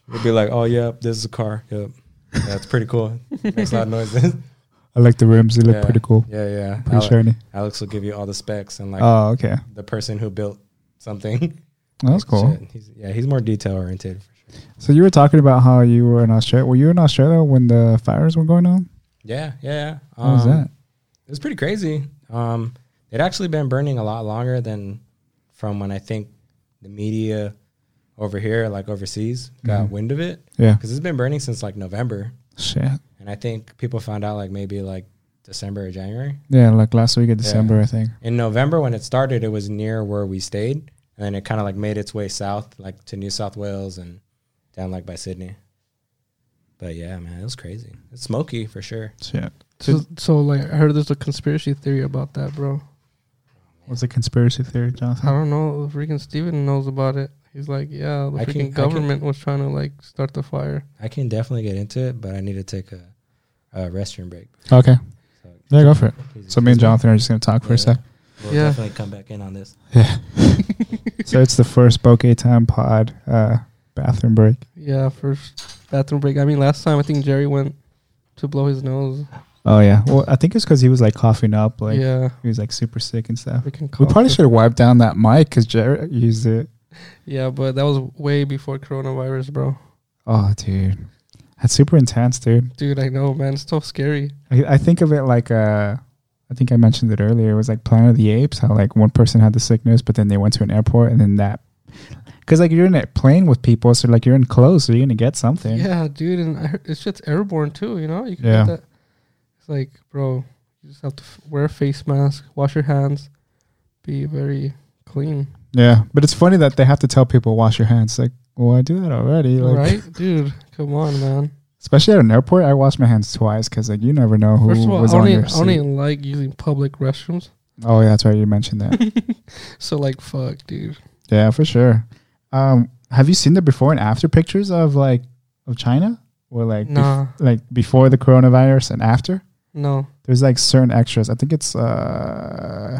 S3: Would be like, oh yep, this is a car. Yep, that's pretty cool. Makes a lot of noises.
S1: I like the rims. They look
S3: Yeah.
S1: pretty cool.
S3: Yeah, yeah.
S1: Pretty
S3: Ale-
S1: shiny.
S3: Alex will give you all the specs and like
S1: oh, okay.
S3: the person who built something.
S1: That's cool.
S3: Shit, He's, yeah, he's more detail oriented.
S1: So you were talking about how you were in Australia. Were you in Australia when the fires were going on?
S3: Yeah, yeah. yeah.
S1: How was
S3: Um,
S1: that?
S3: It was pretty crazy. Um, it actually been burning a lot longer than from when I think the media over here, like overseas, got
S1: Mhm.
S3: wind of it
S1: Yeah.
S3: because it's been burning since like November,
S1: Shit.
S3: and I think people found out like maybe like December or January.
S1: Yeah, like last week of December, I think.
S3: In November, when it started, it was near where we stayed, and then it kind of like made its way south, like to New South Wales and down like by Sydney. But yeah, man, it was crazy. It's smoky for sure.
S1: Shit.
S2: So, so like I heard there's a conspiracy theory about that, bro.
S1: What's the conspiracy theory,
S2: I
S1: Jonathan?
S2: don't know. Freaking Steven knows about it. He's like, yeah, the
S3: I can- I
S2: freaking
S3: can-
S2: government was trying to like start the fire.
S3: I can definitely get into it, but I need to take a, a restroom break.
S1: Okay.
S3: So,
S1: Yeah, go for it.
S3: please
S1: So me and
S3: excuse
S1: Jonathan are just going to talk for a
S3: Yeah.
S1: sec.
S3: We'll
S2: Yeah.
S3: definitely come back in on this.
S1: Yeah. so it's the first Bokeh Time pod uh, bathroom break.
S2: Yeah, first bathroom break. I mean, last time I think Jerry went to blow his nose.
S1: Oh, yeah. Well, I think it's because he was like coughing up. Like,
S2: yeah,
S1: he was like super sick and stuff.
S2: freaking.
S1: We
S2: cough.
S1: probably should have wiped down that mic because Jared used it.
S2: Yeah, but that was way before coronavirus, bro.
S1: Oh, dude. That's super intense, dude.
S2: Dude, I know, man. It's so scary.
S1: I, I think of it like uh, I think I mentioned it earlier. It was like Planet of the Apes. How like one person had the sickness, but then they went to an airport, and then that because like you're in a plane with people, so like you're in clothes, so you're gonna get something.
S2: Yeah, dude, and I heard it's just airborne too. You know, you
S1: Yeah.
S2: get that. It's like, bro, you just have to f- wear a face mask, wash your hands, be very clean,
S1: Yeah, but it's funny that they have to tell people wash your hands. Like, well, I do that already. Like,
S2: right, dude? Come on, man.
S1: Especially at an airport, I wash my hands twice because like you never know who
S2: First of all, I
S1: was
S2: don't,
S1: on
S2: even,
S1: your
S2: I don't
S1: seat.
S2: even like using public restrooms.
S1: Oh yeah, that's right. You mentioned that.
S2: So like, fuck, dude.
S1: yeah, for sure. Um, have you seen the before and after pictures of like of China or like bef-
S2: Nah,
S1: like before the coronavirus and after?
S2: no.
S1: there's like certain extras. I think it's uh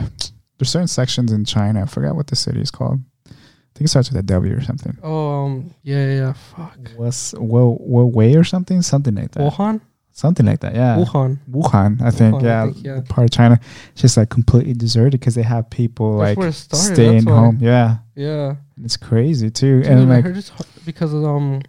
S1: there's certain sections in China. I forgot what the city is called. I think it starts with a W or something.
S2: Oh, um, yeah, yeah, yeah. Fuck.
S1: Was Wo Wo Wei or something? Something like that.
S2: Wuhan,
S1: Something like that. Yeah.
S2: Wuhan.
S1: Wuhan, I think.
S2: Wuhan, I
S1: yeah,
S2: think, yeah.
S1: Part of China. It's just like completely deserted because they have people
S2: That's where
S1: like
S2: it started,
S1: staying
S2: that's why.
S1: home. Yeah.
S2: Yeah.
S1: It's crazy too.
S2: Dude,
S1: and
S2: I
S1: like
S2: heard it's hard because of um,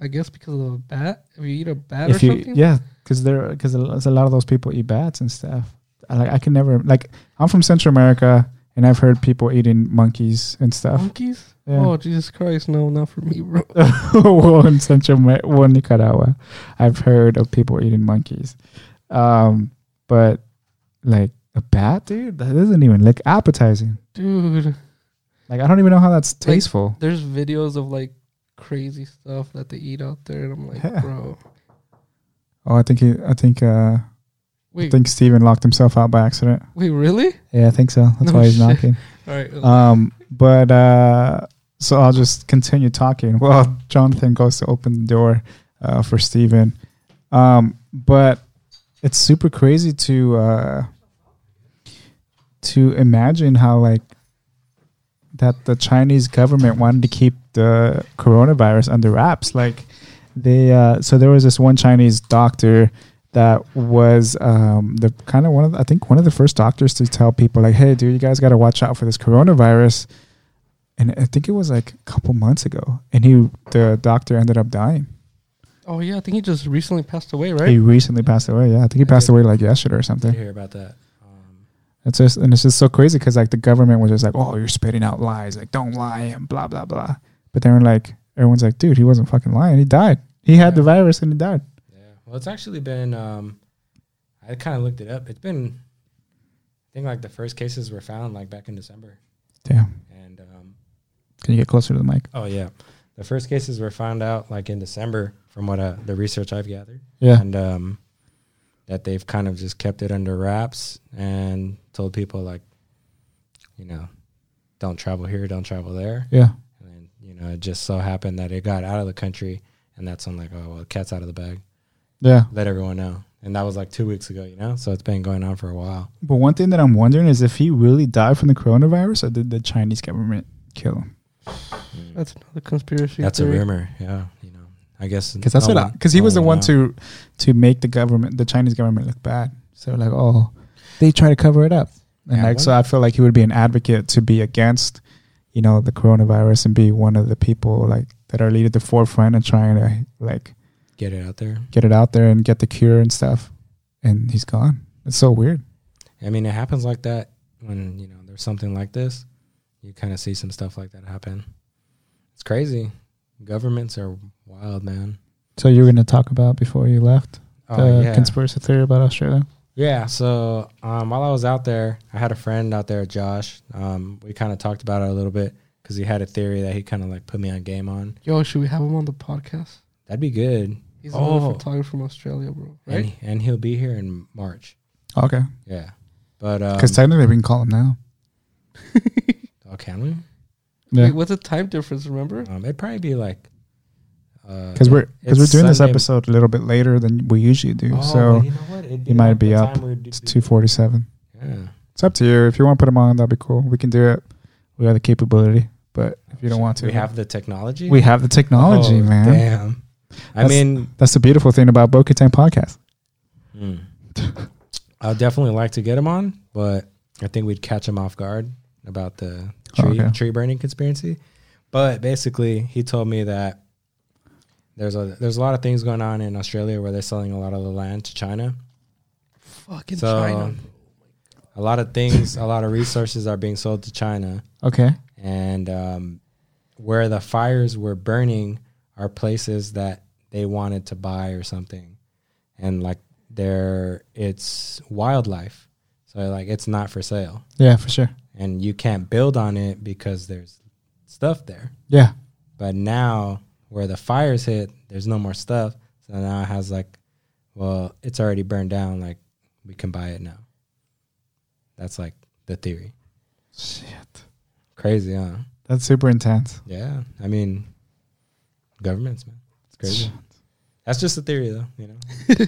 S2: I guess because of a bat. If you eat a bat
S1: if
S2: or
S1: you
S2: something,
S1: yeah because there because a lot of those people eat bats and stuff I, like i can never like i'm from central america and i've heard people eating monkeys and stuff
S2: monkeys.
S1: yeah.
S2: Oh Jesus Christ! No, not for me, bro. oh,
S1: well in central Me- well in nicaragua i've heard of people eating monkeys um but like a bat dude that doesn't even look appetizing
S2: Dude,
S1: like i don't even know how that's
S2: Like-
S1: tasteful
S2: there's videos of like crazy stuff that they eat out there, and I'm like,
S1: Yeah.
S2: bro,
S1: oh i think he i think uh i
S2: wait,
S1: think steven locked himself out by accident
S2: wait, really?
S1: yeah i think so that's
S2: No
S1: why he's
S2: shit.
S1: knocking
S2: All right,
S1: Um, but uh, so I'll just continue talking while Jonathan goes to open the door uh, for Steven. Um, but it's super crazy to uh, to imagine how like that the Chinese government wanted to keep the coronavirus under wraps. Like they, uh, so there was this one Chinese doctor that was um, the kind of one of the, I think one of the first doctors to tell people like, "Hey, dude, you guys got to watch out for this coronavirus." And I think it was like a couple months ago, and he the doctor ended up dying.
S2: Oh yeah, I think he just recently passed away, right?
S1: He recently passed away. Yeah, I think he
S3: I
S1: passed
S3: did.
S1: away like yesterday or something.
S3: Did hear about that? Um,
S1: It's just and it's just so crazy because like the government was just like, oh, you're spitting out lies, like don't lie and blah blah blah. But then like everyone's like, dude, he wasn't fucking lying. He died. He had the
S3: Yeah.
S1: virus and he died.
S3: yeah. Well, it's actually been. Um, I kind of looked it up. It's been. I think like the first cases were found like back in December,
S1: Damn.
S3: and um,
S1: Can you get closer to the mic?
S3: oh yeah, the first cases were found out like in December, from what uh, the research I've gathered.
S1: Yeah.
S3: and um, that they've kind of just kept it under wraps and told people like, you know, don't travel here, don't travel there,
S1: Yeah.
S3: and then you know it just so happened that it got out of the country, and that's when like, oh well, the cat's out of the bag,
S1: Yeah.
S3: let everyone know, and that was like two weeks ago, you know, so it's been going on for a while.
S1: But one thing that I'm wondering is if he really died from the coronavirus or did the Chinese government kill him? Mm.
S2: That's another conspiracy.
S3: That's a
S2: theory.
S3: rumor, yeah, you know, I guess
S1: Because that's
S3: no
S1: what
S3: one-
S1: because he
S3: no
S1: was the one
S3: knows.
S1: to to make the government the Chinese government look bad. So like, oh, they try to cover it up, and
S3: Yeah,
S1: like so, I feel like he would be an advocate to be against, you know, the coronavirus and be one of the people like that are lead at the forefront and trying to like
S3: get it out there.
S1: get it out there and get the cure and stuff. And he's gone. It's so weird.
S3: I mean, it happens like that when you know there's something like this. You kind of see some stuff like that happen. It's crazy. Governments are wild, man.
S1: So you were gonna talk about before you left
S3: Oh
S1: the
S3: yeah,
S1: conspiracy theory about Australia.
S3: yeah. So um, while I was out there, I had a friend out there, Josh. Um, we kind of talked about it a little bit because he had a theory that he kind of like put me on game on.
S2: Yo, should we have him on the podcast?
S3: That'd be good,
S2: He's another
S3: Oh.
S2: photographer from Australia, bro.
S3: and,
S2: Right?
S3: he- and he'll be here in March.
S1: Okay,
S3: Yeah, but um,
S1: because technically we can call him now.
S3: oh, can we?
S1: Yeah,
S2: Wait, what's the time difference? Remember?
S3: Um, it'd probably be like uh,
S1: because we're because we're
S3: it's
S1: doing this
S3: Sunday.
S1: episode a little bit later than we usually do.
S3: Oh,
S1: so.
S3: you know what? It'd
S1: you might
S3: like
S1: be
S3: the
S1: up.
S3: time we'd do-
S1: It's two forty seven.
S3: Yeah.
S1: It's up to you. If you want to put them on, that'd be cool. We can do it. We have the capability, but if you don't want to,
S3: we have the technology.
S1: we have the technology,
S3: Oh,
S1: man.
S3: Damn. I
S1: That's-
S3: mean, hmm.
S1: That's the beautiful thing about Bo Katan podcast.
S3: I'd definitely like to get him on, but I think we'd catch him off guard about the
S1: Oh,
S3: tree
S1: okay.
S3: tree burning conspiracy. But basically, he told me that there's a there's a lot of things going on in Australia where they're selling a lot of the land to China.
S2: Fucking
S3: So-
S2: China.
S3: A lot of things, a lot of resources are being sold to China.
S1: Okay.
S3: and um, where the fires were burning are places that they wanted to buy or something, and like there, it's wildlife, so like it's not for sale,
S1: Yeah, for sure.
S3: and you can't build on it because there's stuff there.
S1: Yeah.
S3: But now, where the fires hit, there's no more stuff, so now it has like, well, it's already burned down. Like we can buy it now. That's like the theory.
S1: Shit.
S3: Crazy, huh?
S1: That's super intense.
S3: Yeah, I mean, governments, man, it's crazy. That's just a theory, though. You know, One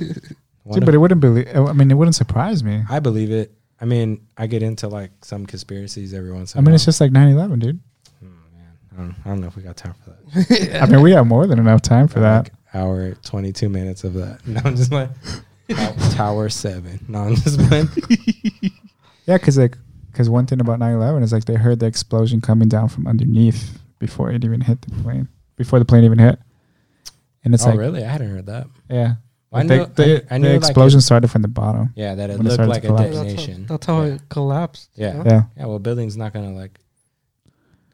S1: Dude,
S3: of-
S1: but it wouldn't believe. I mean, it wouldn't surprise me.
S3: I believe it. I mean, I get into like some conspiracies every once. In
S1: I mean,
S3: a
S1: it's just like 9-11, dude.
S3: while. Oh, man. I don't, I don't know if we got time for that.
S1: I mean, we have more than enough time for that.
S3: Like hour twenty two minutes of that. No, I'm just like Tow- Tower Seven. No, I'm just playing.
S1: Yeah, because like, because one thing about 9-11 is like they heard the explosion coming down from underneath before it even hit the plane, before the plane even hit. And it's
S3: oh,
S1: like,
S3: really? I hadn't heard that.
S1: yeah,
S3: I
S1: Like, they-
S3: know-
S1: they-
S3: I- I
S1: the
S3: knew, like,
S1: explosion started from the bottom.
S3: Yeah, that it
S1: When it
S3: looked
S1: started
S3: like
S1: to
S3: a
S1: collapse.
S2: that's how,
S3: detonation.
S2: that's how
S3: yeah.
S2: it collapsed.
S3: Yeah.
S2: you know?
S1: Yeah,
S3: Yeah, well, building's not gonna like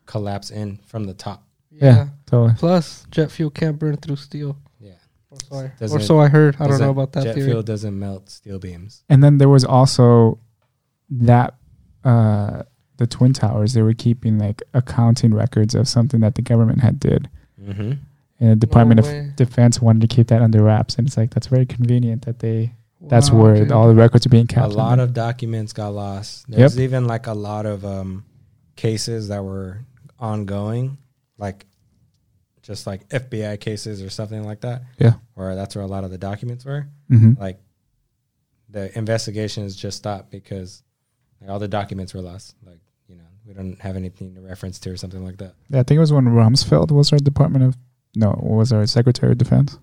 S3: collapse in from the top.
S1: yeah, totally.
S2: Plus, jet fuel can't burn through steel.
S3: Yeah.
S2: Or so I,
S3: Does
S2: or
S3: it-
S2: so I heard. I don't know
S3: Doesn't-
S2: about that
S3: jet
S2: theory.
S3: fuel doesn't melt steel beams.
S1: And then there was also that uh, the twin towers. They were keeping like accounting records of something that the government had did,
S3: Mm-hmm.
S1: and the Department
S2: way.
S1: of Defense wanted to keep that under wraps. And it's like that's very convenient that they. That's
S2: Wow,
S1: where
S2: dude.
S1: all the records are being
S3: A
S1: kept.
S3: lot of documents got lost. There's even like a lot of um, cases that were ongoing, like just like FBI cases or something like that.
S1: Yeah.
S3: Where that's where a lot of the documents were.
S1: hmm
S3: Like the investigations just stopped because like, all the documents were lost. Like, you know, we don't have anything to reference to or something like that.
S1: Yeah, I think it was when Rumsfeld was our Department of no, was our Secretary of Defense.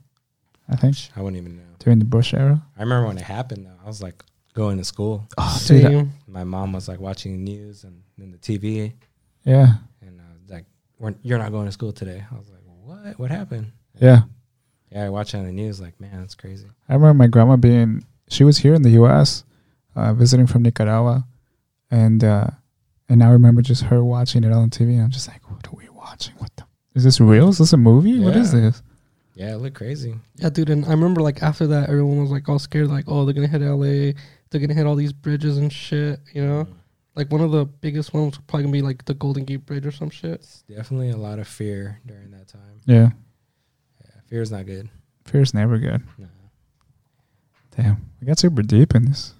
S1: I think
S3: I wouldn't even know.
S1: during the Bush era.
S3: I remember when it happened though. I was like going to school.
S1: Oh,
S2: Same.
S3: My mom was like watching the news and then the TV,
S1: Yeah,
S3: and I was like, We're, "You're not going to school today." I was like, "What? What happened?"
S1: yeah.
S3: Yeah, I watched it on the news. Like, man, that's crazy.
S1: I remember my grandma being she was here in the U.S. Uh, visiting from Nicaragua, and uh, and I remember just her watching it on TV. And I'm just like, what are we watching? What the is this real? Is this a movie? What is
S3: Yeah.
S1: this?
S3: Yeah, it looked crazy.
S2: Yeah, dude. And I remember like after that, everyone was like all scared, like, oh, they're gonna hit LA, they're gonna hit all these bridges and shit. You know,
S3: Um,
S2: like one of the biggest ones was probably gonna be like the Golden Gate Bridge or some shit.
S3: It's definitely a lot of fear during that time.
S1: Yeah,
S3: Yeah, fear is not good.
S1: fear's never good.
S3: No.
S1: Damn, we got super deep in this.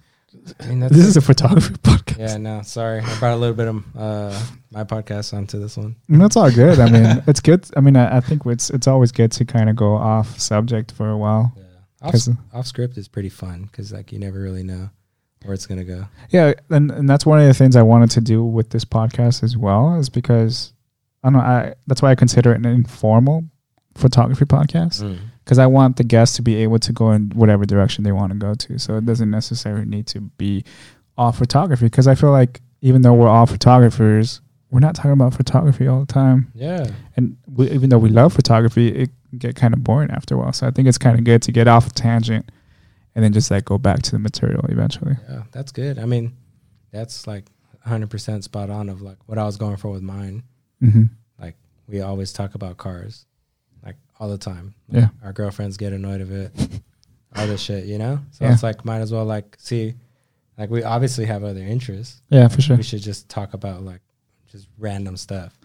S3: I mean, that's
S1: This is a photography podcast.
S3: yeah, no, sorry. I brought a little bit of uh, my podcast onto this one.
S1: And That's all good. I mean, it's good. I mean, I, I think it's it's always good to kind of go off subject for a while.
S3: Yeah. Off,
S1: 'Cause-
S3: off script is pretty fun because like you never really know where it's gonna go.
S1: yeah, and, and that's one of the things I wanted to do with this podcast as well, is because I don't know. I that's why I consider it an informal photography podcast
S3: Mm. Mm-hmm.
S1: because I want the guests to be able to go in whatever direction they want to go to. So it doesn't necessarily need to be all photography because I feel like even though we're all photographers, we're not talking about photography all the time
S3: Yeah.
S1: and we, even though we love photography, it can get kind of boring after a while. So I think it's kind of good to get off a tangent and then just like go back to the material eventually.
S3: Yeah, that's good. I mean, that's like 100% spot on of like what I was going for with mine.
S1: Mm-hmm.
S3: We always talk about cars like all the time.
S1: Yeah.
S3: Our girlfriends get annoyed of it, all this shit, you know? So
S1: Yeah.
S3: it's like, might as well like see, like we obviously have other interests.
S1: Yeah, for sure.
S3: We should just talk about like just random stuff.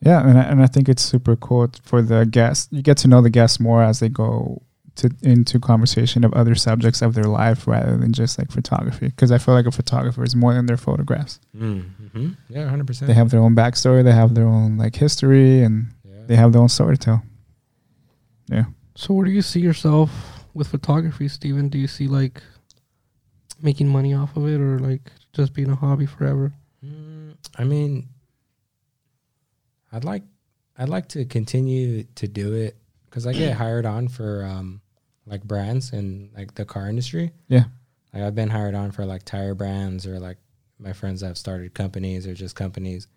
S1: Yeah, and I, and I think it's super cool t- for the guests. You get to know the guests more as they go to into conversation of other subjects of their life rather than just like photography. Because I feel like a photographer is more than their photographs.
S3: Mm-hmm. Yeah, 100%.
S1: They have their own backstory, they have their own like history, and
S3: yeah.
S1: they have their own story to tell.
S2: So, where do you see yourself with photography, Steven? Do you see like making money off of it or like just being a hobby forever?
S3: Mm, I mean, I'd like I'd like to continue to do it because I get hired on for um, like brands and like the car industry.
S1: Yeah.
S3: like I've been hired on for like tire brands or like my friends that have started companies or just companies.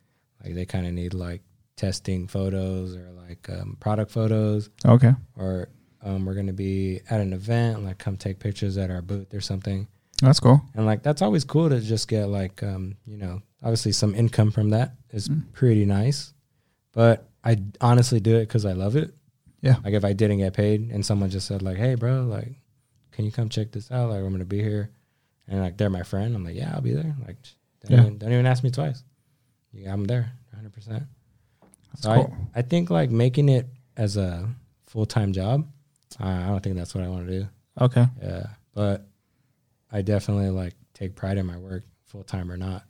S3: Like they kind of need like testing photos or like um, product photos
S1: Okay.
S3: or um, we're gonna be at an event like come take pictures at our booth or something
S1: That's cool.
S3: and like that's always cool to just get like um you know obviously some income from that is
S1: Mm.
S3: pretty nice but i honestly do it because i love it
S1: Yeah.
S3: like if i didn't get paid and someone just said like hey bro like can you come check this out like i'm gonna be here and like they're my friend i'm like yeah i'll be there like don't,
S1: Yeah.
S3: even, don't even ask me twice yeah i'm there 100%
S1: That's
S3: So
S1: cool.
S3: i think like making it as a full-time job i I don't think that's what i want to do
S1: Okay.
S3: yeah, but I definitely like take pride in my work, full time or not,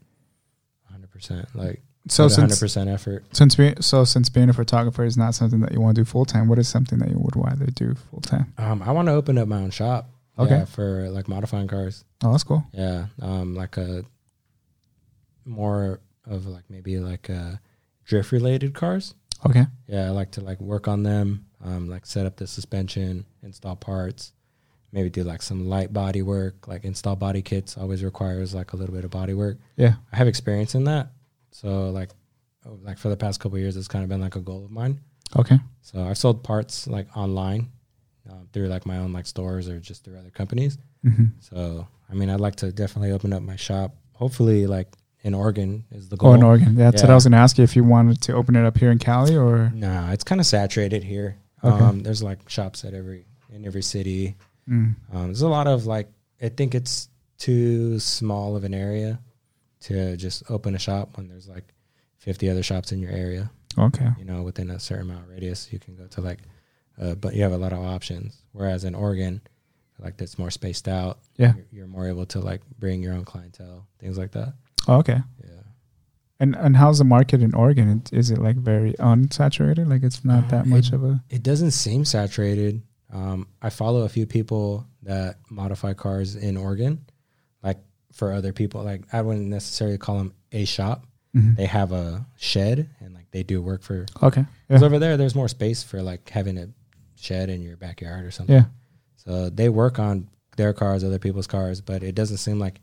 S3: hundred percent. Like
S1: So
S3: hundred
S1: since
S3: percent effort.
S1: Since be, so since being a photographer is not something that you want to do full time, what is something that you would rather do full time?
S3: Um, I want to open up my own shop.
S1: Okay.
S3: yeah, for like modifying cars.
S1: Oh, that's cool.
S3: Yeah, um, like a more of like maybe like uh drift related cars.
S1: Okay.
S3: Yeah, I like to like work on them. Um, like set up the suspension, install parts, maybe do like some light body work. Like install body kits always requires like a little bit of body work.
S1: Yeah.
S3: I have experience in that. So like oh, like for the past couple of years, it's kind of been like a goal of mine.
S1: Okay.
S3: So I've sold parts like online um, through like my own like stores or just through other companies.
S1: Mm-hmm.
S3: So I mean, I'd like to definitely open up my shop. Hopefully, like in Oregon is the goal.
S1: Oh, in Oregon. That's what
S3: Yeah.
S1: I was going to ask you if you wanted to open it up here in Cali or.
S3: Nah, it's kind of saturated here.
S1: Okay.
S3: Um, there's like shops at every in every city.
S1: Mm.
S3: Um, there's a lot of like I think it's too small of an area to just open a shop when there's like 50 other shops in your area.
S1: Okay.
S3: you know, within a certain amount of radius, you can go to like, uh, but you have a lot of options. Whereas in Oregon, like that's more spaced out.
S1: Yeah.
S3: You're, you're more able to like bring your own clientele, things like that.
S1: Oh, okay.
S3: Yeah.
S1: And and how's the market in Oregon? It- Is it like very unsaturated? Like it's not that much of a
S3: It doesn't seem saturated. Um, I follow a few people that modify cars in Oregon, like for other people. Like I wouldn't necessarily call them a shop.
S1: Mm-hmm.
S3: They have a shed and like they do work for.
S1: okay. Yeah.
S3: 'cause over there, there's more space for like having a shed in your backyard or something.
S1: yeah.
S3: So they work on their cars, other people's cars, but it doesn't seem like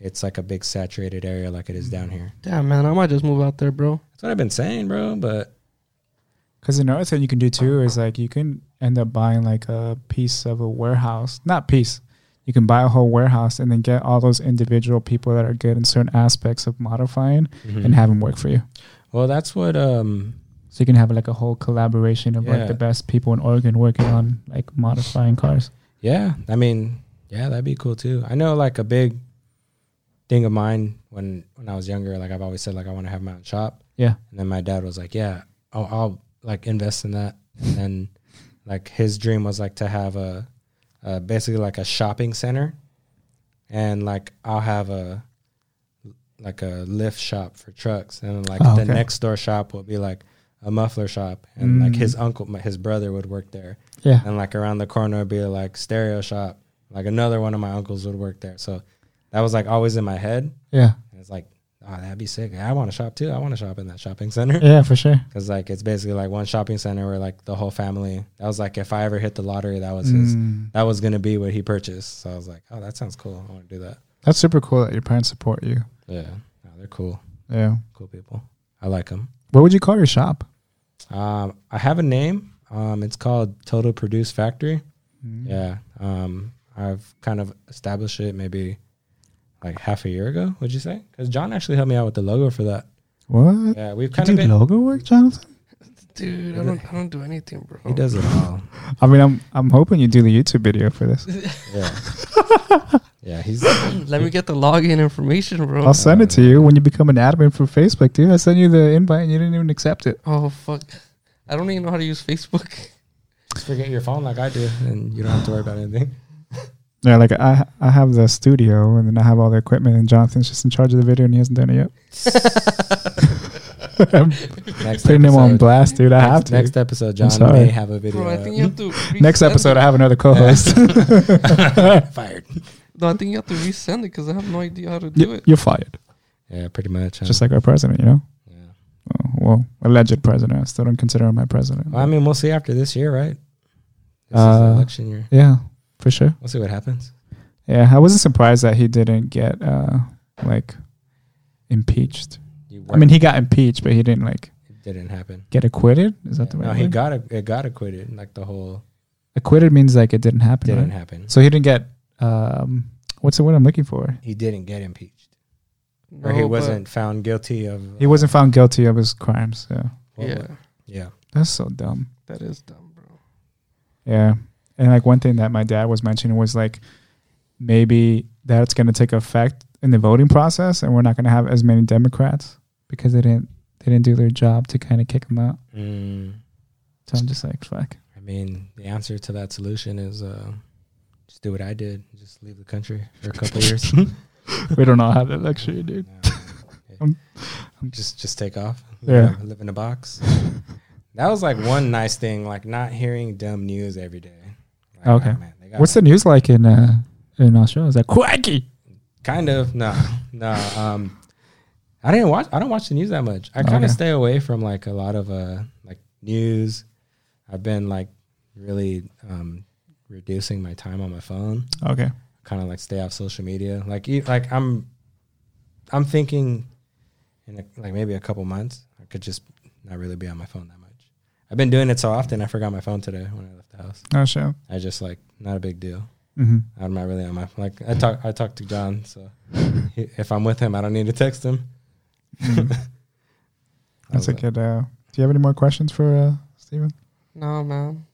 S3: it's like a big saturated area like it is down
S1: Mm-hmm.
S3: here.
S2: Damn, man, I might just move out there, bro.
S3: That's what I've been saying, bro. But
S1: Because another thing you can do too is like you can end up buying like a piece of a warehouse, not piece. You can buy a whole warehouse and then get all those individual people that are good in certain aspects of modifying
S3: Mm.
S1: and have them work for you.
S3: well, that's what um
S1: So you can have like a whole collaboration of like
S3: Yeah.
S1: the best people in Oregon working on like modifying cars.
S3: Yeah, I mean, yeah, that'd be cool too. I know, like a big thing of mine when when I was younger, like I've always said, like I want to have my own shop.
S1: Yeah.
S3: And then my dad was like, "Yeah, I'll, I'll like invest in that." And then, like his dream was like to have a, a basically like a shopping center, and like I'll have a like a lift shop for trucks, and like
S1: Oh,
S3: the
S1: okay.
S3: next door shop will be like a muffler shop, and like
S1: Mm.
S3: his uncle, my, his brother would work there
S1: Yeah.
S3: and like around the corner would be like stereo shop. Like another one of my uncles would work there. So that was like always in my head.
S1: Yeah.
S3: And it's like, oh, that'd be sick. I want to shop too. I want to shop in that shopping center.
S1: Yeah, for sure.
S3: Cause like it's basically like one shopping center where like the whole family. That was like if I ever hit the lottery, that was his.
S1: Mm.
S3: That was gonna be what he purchased. So I was like, oh, that sounds cool. I want to do that.
S1: That's super cool that your parents support you.
S3: Yeah, no, they're cool,
S1: Yeah.
S3: cool people. I like them.
S1: What would you call your shop?
S3: Um, I have a name. Um, it's called Total Produce Factory. Yeah.
S1: Mm-hmm.
S3: Um, I've kind of established it maybe like half a year ago, would you say? Because John actually helped me out with the logo for that.
S1: What?
S3: Yeah, we've
S1: Mm-hmm. You
S3: kind
S1: do
S3: of been.
S1: logo work, Jonathan?
S2: Dude, I don't, I don't do anything, bro.
S3: He does it all.
S1: I mean, I'm I'm hoping you do the YouTube video for this.
S3: Yeah. yeah, he's.
S2: Let me get the login information, bro.
S1: I'll send it to you when you become an admin for Facebook, dude. I sent you the invite and you didn't even accept it.
S2: Oh fuck! I don't even know how to use Facebook.
S3: Just forget your phone like I do, and you don't have to worry about anything.
S1: Yeah, like I I have the studio and then I have all the equipment and Jonathan's just in charge of the video and he hasn't done it yet. I'm
S3: Next
S1: putting him on
S3: episode-
S1: blast, dude. I
S3: next,
S1: have to.
S3: Next
S1: Next,
S3: episode, John
S1: sorry.
S3: may have a video.
S2: Bro, I think you
S3: up.
S2: have to. resend
S1: episode, I
S2: It.
S1: have another co-host.
S3: fired.
S2: No, I think you have to resend it because I have no idea how to do
S1: You-
S2: it.
S1: You're fired,
S3: Yeah, pretty much. huh?
S1: just like our president, you know.
S3: yeah.
S1: Oh, well, alleged president. I still don't consider him my president.
S3: Well, I mean, we'll see after this year, right? This is
S1: Uh,
S3: the election year.
S1: yeah, for sure.
S3: We'll see what happens.
S1: Yeah, I wasn't surprised that he didn't get uh like impeached.
S3: You
S1: I mean, he got impeached, but he didn't like
S3: it didn't happen.
S1: get acquitted. Is that the right?
S3: No, he
S1: word?
S3: got it. It got acquitted. Like the whole
S1: acquitted means like it didn't happen.
S3: didn't
S1: right?
S3: happen.
S1: So he didn't get um what's the word I'm looking for?
S3: He didn't get impeached,
S2: No,
S3: or he
S2: but-
S3: wasn't found guilty of.
S1: He
S3: uh,
S1: wasn't found guilty of his crimes. Yeah,
S3: what
S2: yeah,
S3: was- yeah.
S1: that's so dumb.
S2: that is dumb, bro.
S1: Yeah, and like one thing that my dad was mentioning was like maybe that's going to take effect in the voting process, and we're not going to have as many Democrats because they didn't they didn't do their job to kind of kick him out.
S3: Mm,
S1: So I'm just like fuck.
S3: I mean, the answer to that solution is uh, just do what I did. Just leave the country for a couple years.
S1: we don't all have that luxury, dude.
S3: No.
S1: I'm-
S3: just just take off.
S1: Yeah.
S3: live in a box. That was like one nice thing, like not hearing dumb news every day. Like,
S1: Okay.
S3: ah, man, they got
S1: What's the news like in uh, in Australia? Is that quacky?
S3: Kind of. No, no. Um, I didn't watch. I don't watch the news that much. I kind of
S1: Okay.
S3: stay away from like a lot of uh like news. I've been like really um reducing my time on my phone.
S1: Okay.
S3: Kind of like stay off social media. Like e- like I'm, I'm thinking, in a, like maybe a couple months, I could just not really be on my phone that much. I've been doing it so often. I forgot my phone today when I left the house.
S1: Oh, sure.
S3: I just like not a big deal.
S1: Mm-hmm.
S3: I'm not really on my like I talk I talk to John, so he, if I'm with him, I don't need to text him.
S1: Mm-hmm. Mm. That's
S3: I
S1: a
S3: was
S1: good. Uh, do you have any more questions for uh, Steven?
S2: No, man.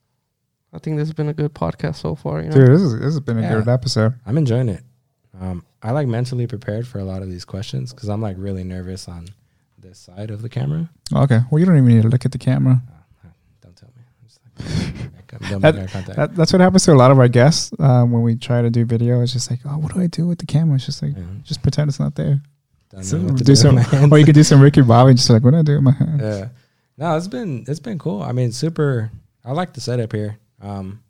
S2: I think this has been a good podcast so far. You know,
S1: Dude, this, is, this has been a
S3: Yeah.
S1: good episode.
S3: like, I'm enjoying it. Um, I like mentally prepared for a lot of these questions because I'm like really nervous on this side of the camera.
S1: Okay. Well, you don't even need to look at the camera.
S3: Uh, don't tell me. I'm just like, I'm done
S1: That-
S3: making eye contact.
S1: That, that's what happens to a lot of our guests uh, um, when we try to do video. It's just like, oh, what do I do with the camera? It's just like,
S3: Yeah.
S1: just pretend it's not there.
S3: Don't
S1: So
S3: know what
S1: do
S3: to do with
S1: some-
S3: my hands.
S1: or you could do some Ricky Bobby, just like what do I do with my hand.
S3: yeah. No, it's been it's been cool. I mean, super. I like the setup here. Um,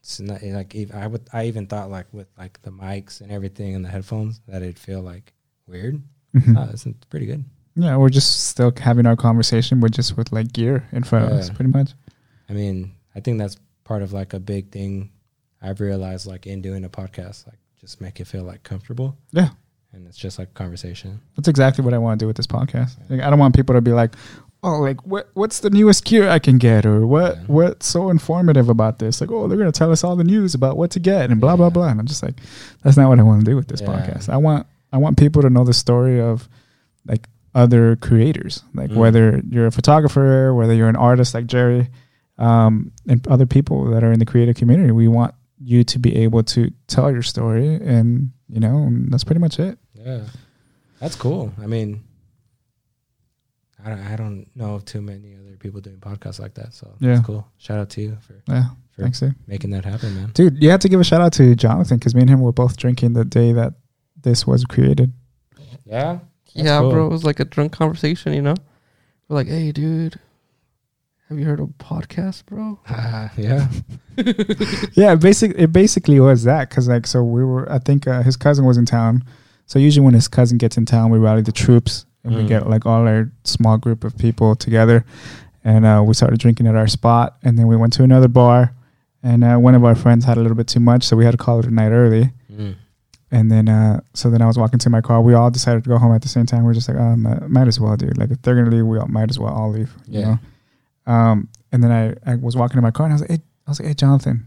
S3: it's not eh, like ev- I would. I even thought like with like the mics and everything and the headphones that it'd feel like weird.
S1: Mhm.
S3: Uh, it's it's pretty good.
S1: Yeah, we're just still having our conversation, but just with like gear in front of us,
S3: Yeah.
S1: pretty much.
S3: I mean, I think that's part of like a big thing I've realized like in doing a podcast, like just make it feel like comfortable.
S1: Yeah.
S3: And it's just like conversation.
S1: That's exactly what I want to do with this podcast. Like, I don't want people to be like, "Oh, like what? What's the newest gear I can get?" Or what?
S3: Yeah.
S1: What's so informative about this? Like, oh, they're gonna tell us all the news about what to get and blah blah
S3: Yeah.
S1: blah. And I'm just like, that's not what I want to do with this
S3: Yeah.
S1: podcast. I want I want people to know the story of like other creators, like
S3: Mm.
S1: whether you're a photographer, whether you're an artist like Jerry, um, and other people that are in the creative community. We want you to be able to tell your story, and you know, and that's pretty much it.
S3: Yeah. That's cool. I mean, I don't, I don't know of too many other people doing podcasts like that. So
S1: Yeah.
S3: that's cool. Shout out to you for
S1: Yeah.
S3: Sure.
S1: Thanks, dude.
S3: making that happen, man.
S1: Dude, you have to give a shout out to Jonathan because me and him were both drinking the day that this was created.
S3: Yeah. That's
S2: yeah,
S3: cool.
S2: bro. It was like a drunk conversation, you know? We're like, hey, dude, have you heard of podcast, bro?
S3: yeah.
S1: yeah, basic. It basically was that because like so we were. I think uh, his cousin was in town. So usually when his cousin gets in town, we rally the troops and we
S3: Mm.
S1: get like all our small group of people together, and uh, we started drinking at our spot, and then we went to another bar, and uh, one of our friends had a little bit too much, so we had to call it a night early.
S3: Mm.
S1: And then, uh, so then I was walking to my car. We all decided to go home at the same time. We are just like, um, uh, might as well, dude. Like, if they're gonna leave, we all might as well all leave. You
S3: Yeah.
S1: Know? Um, and then I, I was walking to my car and I was like, hey, I was like, hey, Jonathan,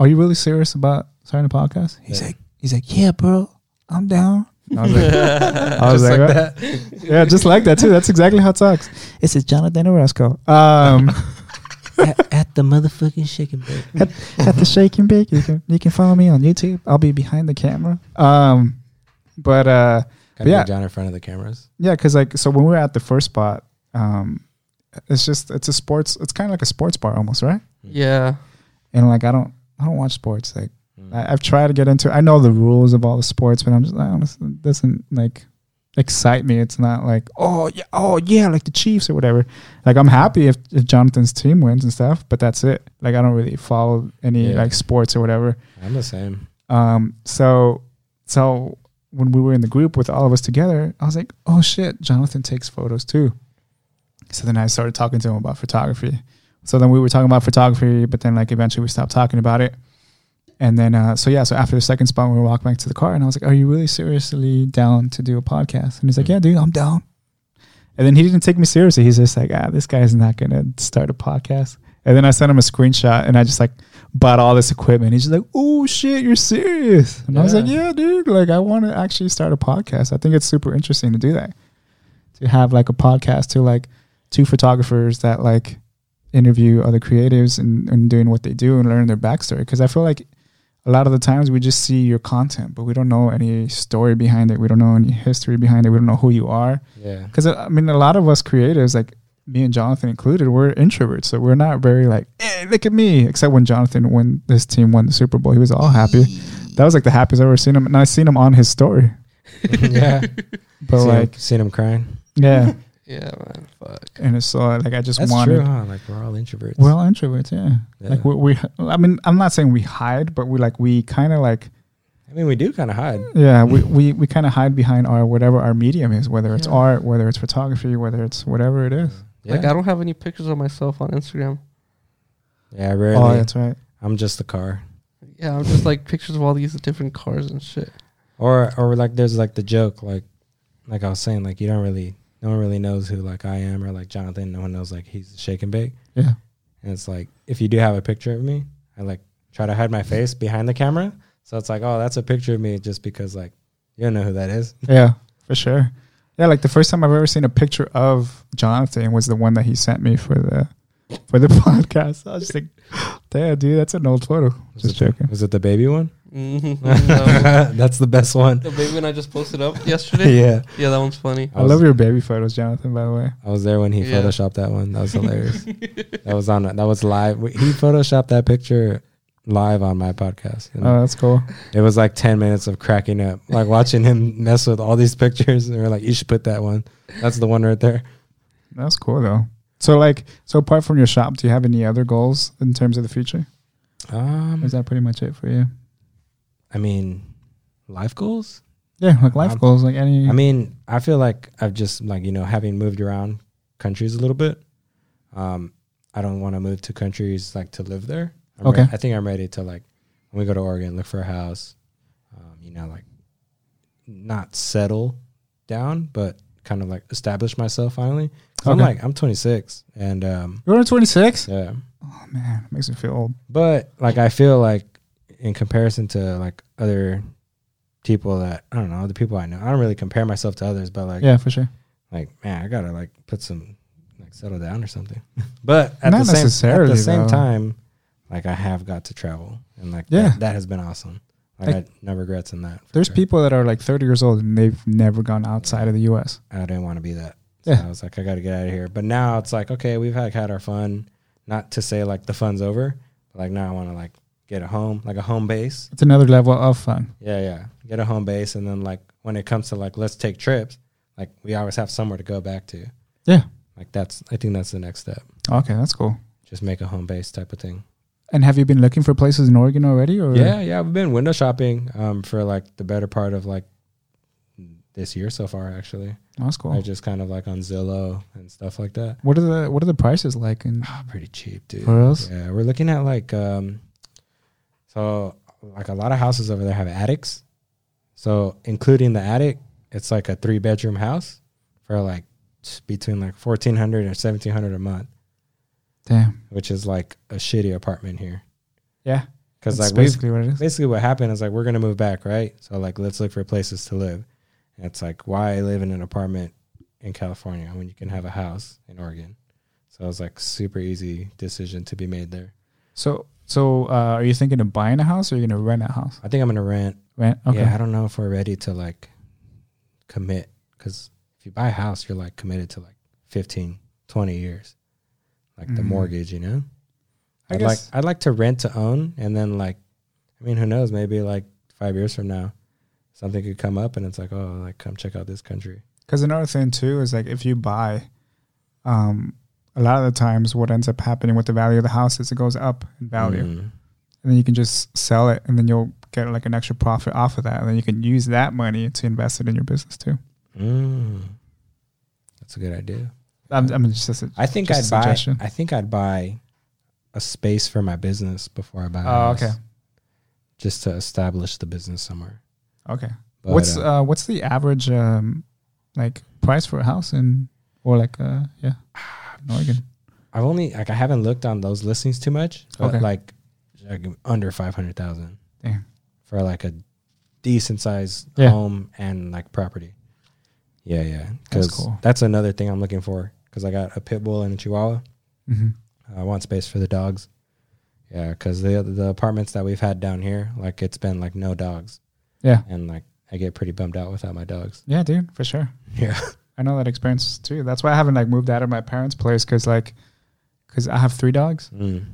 S1: are you really serious about starting a podcast? He's
S3: Yeah.
S1: like, he's like, yeah, bro, I'm down. And I was like,
S3: I
S1: was like, "What?"
S3: that.
S1: yeah, just like that too. That's exactly how it talks. This is Jonathan Orozco. Um,
S3: at, at the motherfucking shaking bake.
S1: at the shake and bake, you can you can follow me on YouTube. I'll be behind the camera. Um, but uh.
S3: Gotta
S1: Yeah.
S3: yeah. John in front of the cameras.
S1: Yeah, because like so when we were at the first spot, um, it's just it's a sports. It's kind of like a sports bar almost, right?
S2: Yeah.
S1: And like I don't I don't watch sports. Like
S3: Mm.
S1: I, I've tried to get into. I know the rules of all the sports, but I'm just like honestly it doesn't like excite me. It's not like oh yeah oh yeah like the Chiefs or whatever. Like I'm happy if, if Jonathan's team wins and stuff, but that's it. Like I don't really follow any
S3: Yeah.
S1: like sports or whatever.
S3: I'm the same.
S1: Um, so so when we were in the group with all of us together, I was like, oh shit, Jonathan takes photos too. So then I started talking to him about photography. So then we were talking about photography, but then like eventually we stopped talking about it. And then uh, so yeah, so after the second spot, we walked back to the car, and I was like, "Are you really seriously down to do a podcast?" And he's like, "Yeah, dude, I'm down." And then he didn't take me seriously. He's just like, "Ah, this guy's not gonna start a podcast." And then I sent him a screenshot, and I just like bought all this equipment. He's just like, "Oh shit, you're serious?" And I was
S3: Yeah.
S1: like, "Yeah, dude. Like, I want to actually start a podcast. I think it's super interesting to do that, to have like a podcast to like two photographers that like interview other creatives and, and doing what they do and learn their backstory. Because I feel like a lot of the times we just see your content, but we don't know any story behind it. We don't know any history behind it. We don't know who you are.
S3: Yeah.
S1: Because uh, I mean, a lot of us creatives, like me and Jonathan included, we're introverts, so we're not very like, hey, look at me. Except when Jonathan, when this team won the Super Bowl, he was all happy. That was like the happiest I've ever seen him, and I seen him on his story.
S3: yeah.
S1: But
S3: seen
S1: like,
S3: him, seen him crying.
S1: yeah,
S2: Yeah, man. Fuck.
S1: and it's so like I just
S3: That's
S1: wanted.
S3: true. Huh? Like we're all introverts.
S1: We're all introverts, yeah.
S3: Yeah.
S1: Like we, we, I mean, I'm not saying we hide, but we like we kind of like,
S3: I mean, we do kind of hide.
S1: yeah, we we, we kind of hide behind our whatever our medium is, whether it's
S2: Yeah.
S1: art, whether it's photography, whether it's whatever it is.
S3: Yeah.
S2: Like, I don't have any pictures of myself on Instagram.
S3: yeah, rarely.
S1: Oh, that's right.
S3: I'm just the car.
S2: Yeah, I'm just like pictures of all these different cars and shit.
S3: Or or like there's like the joke like like I was saying like you don't really no one really knows who like I am or like Jonathan. No one knows like he's shake and bake.
S1: Yeah,
S3: And it's like if you do have a picture of me, I like try to hide my face behind the camera. So it's like oh that's a picture of me just because like you don't know who that is.
S1: yeah, for sure. Yeah, like the first time I've ever seen a picture of Jonathan was the one that he sent me for the for the podcast. I was just like, damn, dude, that's an old photo.
S3: Was
S1: Just
S3: it,
S1: joking.
S3: Was it the baby one?
S2: Mhm. No.
S3: that's the best one.
S2: the baby and I just posted up yesterday.
S3: yeah.
S2: Yeah, that one's funny.
S1: I love your baby photos, Jonathan. By the way,
S3: I was there when he
S2: Yeah.
S3: photoshopped that one. That was hilarious. that was on. That was live. We- He photoshopped that picture live on my podcast. And
S1: Oh, that's cool.
S3: It was like 10 minutes of cracking up, like watching him mess with all these pictures. And they were like, you should put that one. That's the one right there.
S1: That's cool though. So like, so apart from your shop, do you have any other goals in terms of the future? Or
S3: Um,
S1: is that pretty much it for you?
S3: I mean, life goals?
S1: Yeah, like life
S3: Um,
S1: goals, like any.
S3: I mean, I feel like I've just like you know having moved around countries a little bit. Um, I don't want to move to countries like to live there. I'm
S1: Okay.
S3: re- I think I'm ready to like when we go to Oregon, look for a house. Um, you know, like not settle down, but kind of like establish myself finally. 'Cause I'm
S1: Okay.
S3: like I'm 26, and um,
S1: you're 26.
S3: yeah,
S1: Oh man, makes me feel old.
S3: but like I feel like in comparison to like other people that I don't know, the people I know, I don't really compare myself to others, but like
S1: yeah, for sure.
S3: like man i gotta like put some like settle down or something but at
S1: Not
S3: the same at
S1: necessarily,
S3: the same
S1: though.
S3: time like i have got to travel and like
S1: Yeah.
S3: that, that has been awesome like,
S1: Like-
S3: I, no regrets in that for
S1: There's
S3: sure.
S1: people that are like 30 years old and they've never gone outside of the U.S.
S3: i didn't want to be that so
S1: Yeah.
S3: i was like i gotta get out of here but now it's like okay we've like had our fun not to say like the fun's over but like now i want to like get a home like a home base
S1: It's another level of fun.
S3: yeah yeah get a home base and then like when it comes to like let's take trips like we always have somewhere to go back to
S1: Yeah.
S3: like that's i think that's the next step
S1: Okay, that's cool.
S3: just make a home base type of thing
S1: And have you been looking for places in Oregon already? Or
S3: Yeah, yeah, we've been window shopping um, for like the better part of like this year so far. Actually,
S1: Oh, that's
S3: I
S1: cool.
S3: just kind of like on Zillow and stuff like that.
S1: What are the What are the prices like? And
S3: Ah, pretty cheap, dude.
S1: for us?
S3: Yeah, we're looking at like um, so like a lot of houses over there have attics. So including the attic, it's like a three bedroom house for like s- between like fourteen hundred and seventeen hundred a month,
S1: Damn.
S3: which is like a shitty apartment here.
S1: Yeah.
S3: Because
S1: that's
S3: like we've
S1: basically what it is.
S3: basically what happened is like we're gonna move back, right? So like let's look for places to live. And it's like why live in an apartment in California when you can have a house in Oregon. So it was like super easy decision to be made there.
S1: So, so uh, are you thinking of buying a house or are you going to rent a house?
S3: I think I'm gonna rent.
S1: Rent. Okay.
S3: Yeah, I don't know if we're ready to like commit because if you buy a house, you're like committed to like 15, 20 years, like the
S1: Mhm.
S3: mortgage, you know.
S1: I
S3: I'd like
S1: guess-
S3: I'd like to rent to own, and then like, I mean, who knows? Maybe like five years from now, something could come up, and it's like, oh, like come check out this country.
S1: Because another thing too is like if you buy, um, a lot of the times what ends up happening with the value of the house is it goes up in value,
S3: Mm.
S1: and then you can just sell it, and then you'll get like an extra profit off of that, and then you can use that money to invest it in your business too.
S3: Mm. That's a good idea.
S1: I'm, I'm just, just
S3: I think
S1: Just a
S3: I'd buy.
S1: suggestion.
S3: I think I'd buy a space for my business before I buy. a
S1: Oh,
S3: house,
S1: okay.
S3: Just to establish the business somewhere.
S1: okay.
S3: But,
S1: what's
S3: uh,
S1: uh, what's the average um, like price for a house in or like uh, yeah, in Oregon?
S3: I've only like I haven't looked on those listings too much. But
S1: Okay.
S3: like, like under five hundred thousand.
S1: Damn.
S3: For like a decent sized
S1: Yeah.
S3: home and like property. Yeah, yeah.
S1: That's
S3: Because that's,
S1: cool.
S3: another thing I'm looking for. Because I got a pit bull and a chihuahua.
S1: Mm-hmm.
S3: I want space for the dogs. Yeah, because the the apartments that we've had down here, like it's been like no dogs,
S1: Yeah,
S3: and like I get pretty bummed out without my dogs.
S1: yeah, dude, for sure.
S3: Yeah.
S1: I know that experience too. That's why I haven't like moved out of my parents' place because like, because I have three dogs
S3: Mm.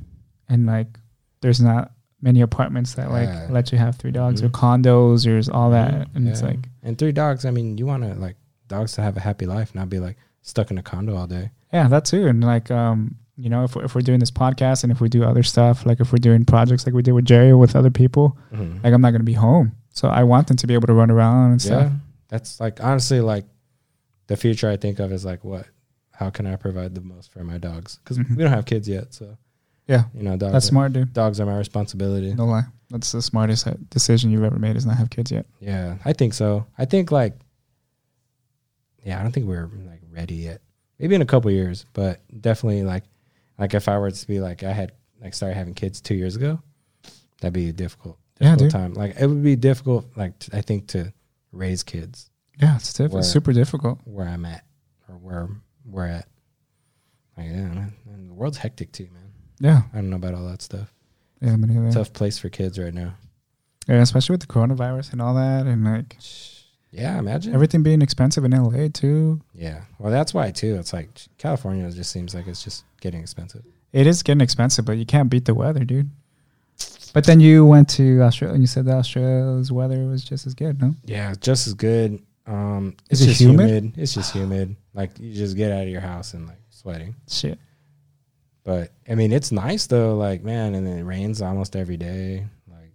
S1: and like, there's not many apartments that like
S3: Yeah.
S1: let you have three dogs
S3: Mhm.
S1: or condos or s- all that,
S3: Mhm.
S1: and it's
S3: Yeah.
S1: like,
S3: And three dogs. I mean, you want to like dogs to have a happy life, not be like stuck in a condo all day.
S1: yeah, that too, and like, um, you know, if we're, if we're doing this podcast and if we do other stuff, like if we're doing projects like we did with Jerry or with other people, like I'm not gonna be home, so I want them to be able to run around and
S3: Yeah.
S1: stuff.
S3: That's like honestly like the future I think of is like what how can I provide the most for my dogs? Because
S1: Mhm.
S3: we don't have kids yet, so
S1: Yeah.
S3: you know, dogs.
S1: That's
S3: are,
S1: smart, dude.
S3: Dogs are my responsibility.
S1: No lie, that's the smartest uh, decision you've ever made is not have kids yet.
S3: Yeah, I think so. I think like, yeah, I don't think we're like ready yet. Maybe in a couple years, but definitely like, like if I were to be like, I had like started having kids two years ago, that'd be a difficult,
S1: Yeah,
S3: difficult
S1: dude.
S3: time. Like it would be difficult, like t- I think to raise kids
S1: Yeah, it's diff-
S3: Where-
S1: it's super difficult.
S3: where I'm at or where we're at. Like, yeah, man, and the world's hectic too, man.
S1: Yeah,
S3: I don't know about all that stuff.
S1: yeah, me neither.
S3: Tough place for kids right now.
S1: Yeah, especially with the coronavirus and all that, and like
S3: Yeah, imagine.
S1: everything being expensive in LA too.
S3: Yeah. Well, that's why too. It's like California just seems like it's just getting expensive.
S1: It is getting expensive, but you can't beat the weather, dude. But then you went to Australia and you said that Australia's weather was just as good, no?
S3: Yeah, just as good. Um,
S1: Is
S3: it's
S1: it
S3: just
S1: humid?
S3: humid? It's just humid. Like you just get out of your house and like sweating.
S1: Shit.
S3: But I mean, it's nice though. Like man, and then it rains almost every day. Like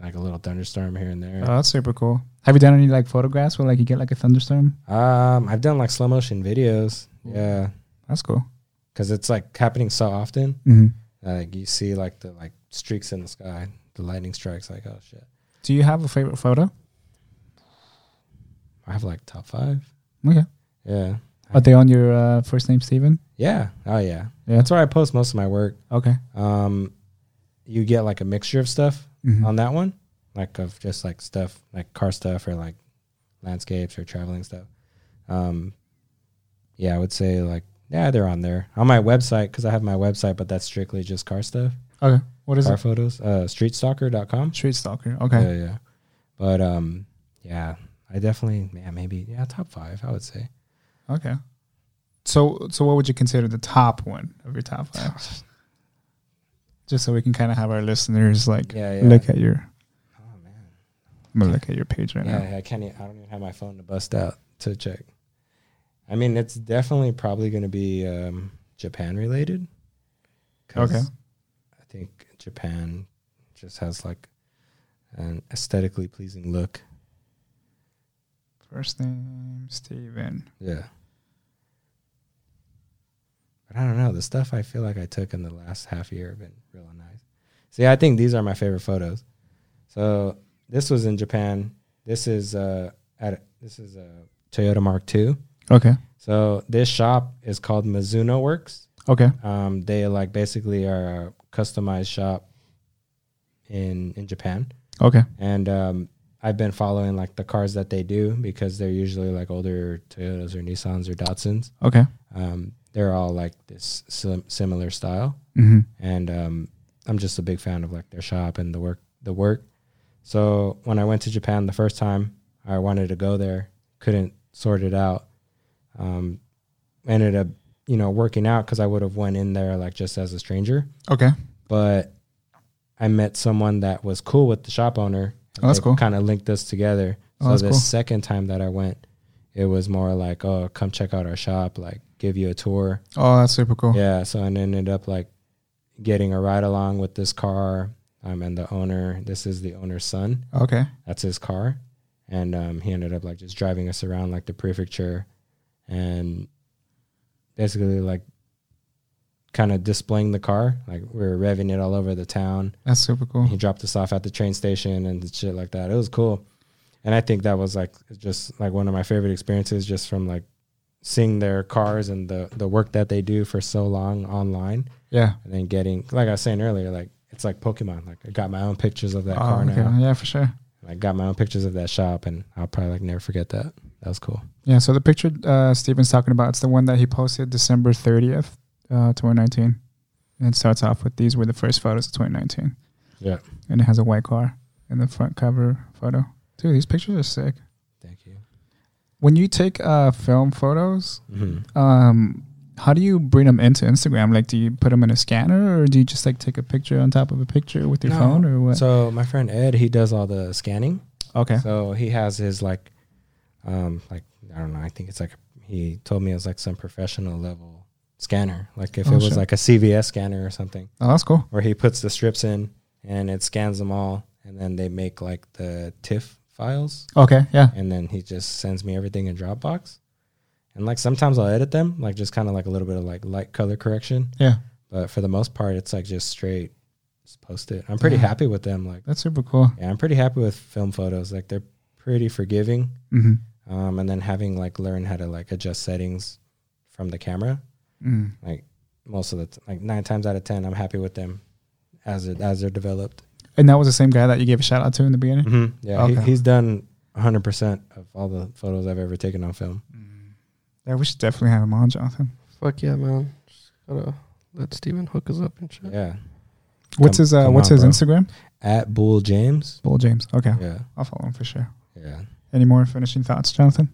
S3: like a little thunderstorm here and there.
S1: Oh, that's super cool. Have you done any like photographs where like you get like a thunderstorm?
S3: um, I've done like slow motion videos. Yeah,
S1: That's cool.
S3: because it's like happening so often.
S1: hmm
S3: Like you see like the like streaks in the sky, the lightning strikes. Like oh shit,
S1: Do you have a favorite photo?
S3: I have like top five.
S1: Okay.
S3: Yeah,
S1: Are they on your uh, first name, Steven?
S3: yeah, oh yeah.
S1: Yeah.
S3: That's where I post most of my work.
S1: Okay.
S3: Um, you get like a mixture of stuff.
S1: Mhm.
S3: on that one, like of just like stuff, like car stuff or like landscapes or traveling stuff. Um, yeah, I would say like yeah, they're on there on my website because I have my website, but that's strictly just car stuff,
S1: Okay. What is
S3: car
S1: it?
S3: photos. Uh, streetstalker.com.
S1: Street Stalker. Okay.
S3: Yeah, yeah. But um, yeah, I definitely yeah maybe yeah top five I would say.
S1: Okay. So so what would you consider the top one of your top five? Just so we can kind of have our listeners like
S3: Yeah, yeah.
S1: look at your
S3: Oh man.
S1: I'm gonna look at your page right now.
S3: Yeah, I can't. e- I don't even have my phone to bust out to check. I mean, it's definitely probably going to be um, Japan related. 'Cause
S1: Okay.
S3: I think Japan just has like an aesthetically pleasing look.
S1: First name Steven.
S3: Yeah. But I don't know. The stuff I feel like I took in the last half year have been really nice. See, I think these are my favorite photos. So this was in Japan. This is uh at this is a Toyota Mark II.
S1: Okay.
S3: So this shop is called Mizuno Works.
S1: Okay.
S3: Um, they like basically are a customized shop in in Japan,
S1: Okay.
S3: and um, I've been following like the cars that they do because they're usually like older Toyotas or Nissans or Datsuns.
S1: Okay.
S3: Um, they're all like this sim- similar style,
S1: Mm-hmm.
S3: and um, I'm just a big fan of like their shop and the work the work. So when I went to Japan the first time, I wanted to go there, couldn't sort it out. Um, ended up you know working out because I would have went in there like just as a stranger,
S1: Okay.
S3: but I met someone that was cool with the shop owner.
S1: Oh, that's cool.
S3: Kind of linked us together.
S1: Oh,
S3: so
S1: that's
S3: the
S1: cool.
S3: second time that I went, it was more like, oh, come check out our shop, like give you a tour.
S1: Oh, that's super cool.
S3: Yeah, so I ended up like getting a ride along with this car. Um, and the owner, this is the owner's son.
S1: Okay.
S3: That's his car, and um, he ended up like just driving us around like the prefecture, and basically like kind of displaying the car. Like we were revving it all over the town.
S1: That's super cool.
S3: He dropped us off at the train station and shit like that. It was cool, and I think that was like just like one of my favorite experiences, just from like seeing their cars and the the work that they do for so long online
S1: Yeah.
S3: and then getting like I was saying earlier, like it's like Pokemon. Like I got my own pictures of that
S1: Oh,
S3: car
S1: okay.
S3: now.
S1: Yeah, for sure.
S3: I got my own pictures of that shop, and I'll probably like never forget that. That was cool.
S1: Yeah. So the picture uh, Steven's talking about, it's the one that he posted December 30th, uh, 2019. And it starts off with these were the first photos of 2019.
S3: Yeah.
S1: And it has a white car in the front cover photo. Dude, these pictures are sick.
S3: Thank you.
S1: When you take uh, film photos,
S3: hmm
S1: um, how do you bring them into Instagram? Like, do you put them in a scanner or do you just like take a picture on top of a picture with your
S3: No.
S1: phone or what?
S3: So my friend Ed, he does all the scanning.
S1: okay.
S3: So he has his like, um, like I don't know. I think it's like he told me it was like some professional level scanner. Like if
S1: Oh,
S3: it was
S1: shit.
S3: like a CVS scanner or something,
S1: oh, that's cool.
S3: where he puts the strips in and it scans them all, and then they make like the TIFF files.
S1: Okay. Yeah.
S3: and then he just sends me everything in Dropbox. And like sometimes I'll edit them, like just kind of like a little bit of like light color correction.
S1: Yeah.
S3: But for the most part, it's like just straight, just post it. I'm pretty
S1: Yeah.
S3: happy with them. Like,
S1: That's super cool.
S3: yeah, I'm pretty happy with film photos. Like they're pretty forgiving.
S1: Mm-hmm.
S3: Um, and then having like learn how to like adjust settings from the camera.
S1: Mm.
S3: Like most of the t- like nine times out of ten, I'm happy with them as it as they're developed.
S1: And that was the same guy that you gave a shout out to in the beginning.
S3: Yeah, he,
S1: Okay.
S3: he's done 100 percent of all the photos I've ever taken on film.
S1: Yeah, we should definitely have him on, Jonathan.
S2: Fuck yeah, man. Just gotta let Steven hook us up and shit.
S3: Yeah,
S1: What's
S3: Come-
S1: his uh,
S3: come
S1: What's
S3: on,
S1: his
S3: bro.
S1: Instagram?
S3: at Bull James.
S1: Bull James. Okay,
S3: Yeah,
S1: I'll follow him for sure.
S3: yeah.
S1: Any more finishing thoughts, Jonathan?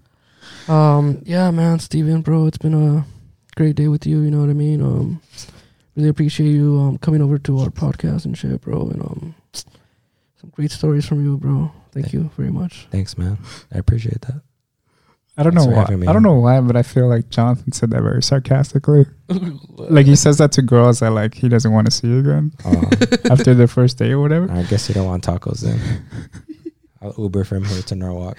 S2: Um, yeah, man, Steven, bro, it's been a great day with you. You know what I mean? Um, really appreciate you um coming over to our podcast and shit, bro. And um, Some great stories from you, bro. Thank you very much.
S3: Thanks, man. I appreciate that.
S1: I don't
S3: Thanks
S1: know
S3: for
S1: why.
S3: having me
S1: I don't
S3: on.
S1: know why, but I feel like Jonathan said that very sarcastically. Like he says that to girls that like he doesn't want to see again
S3: Oh,
S1: after their first date or whatever.
S3: I guess you don't want tacos then. I'll Uber from here to Norwalk.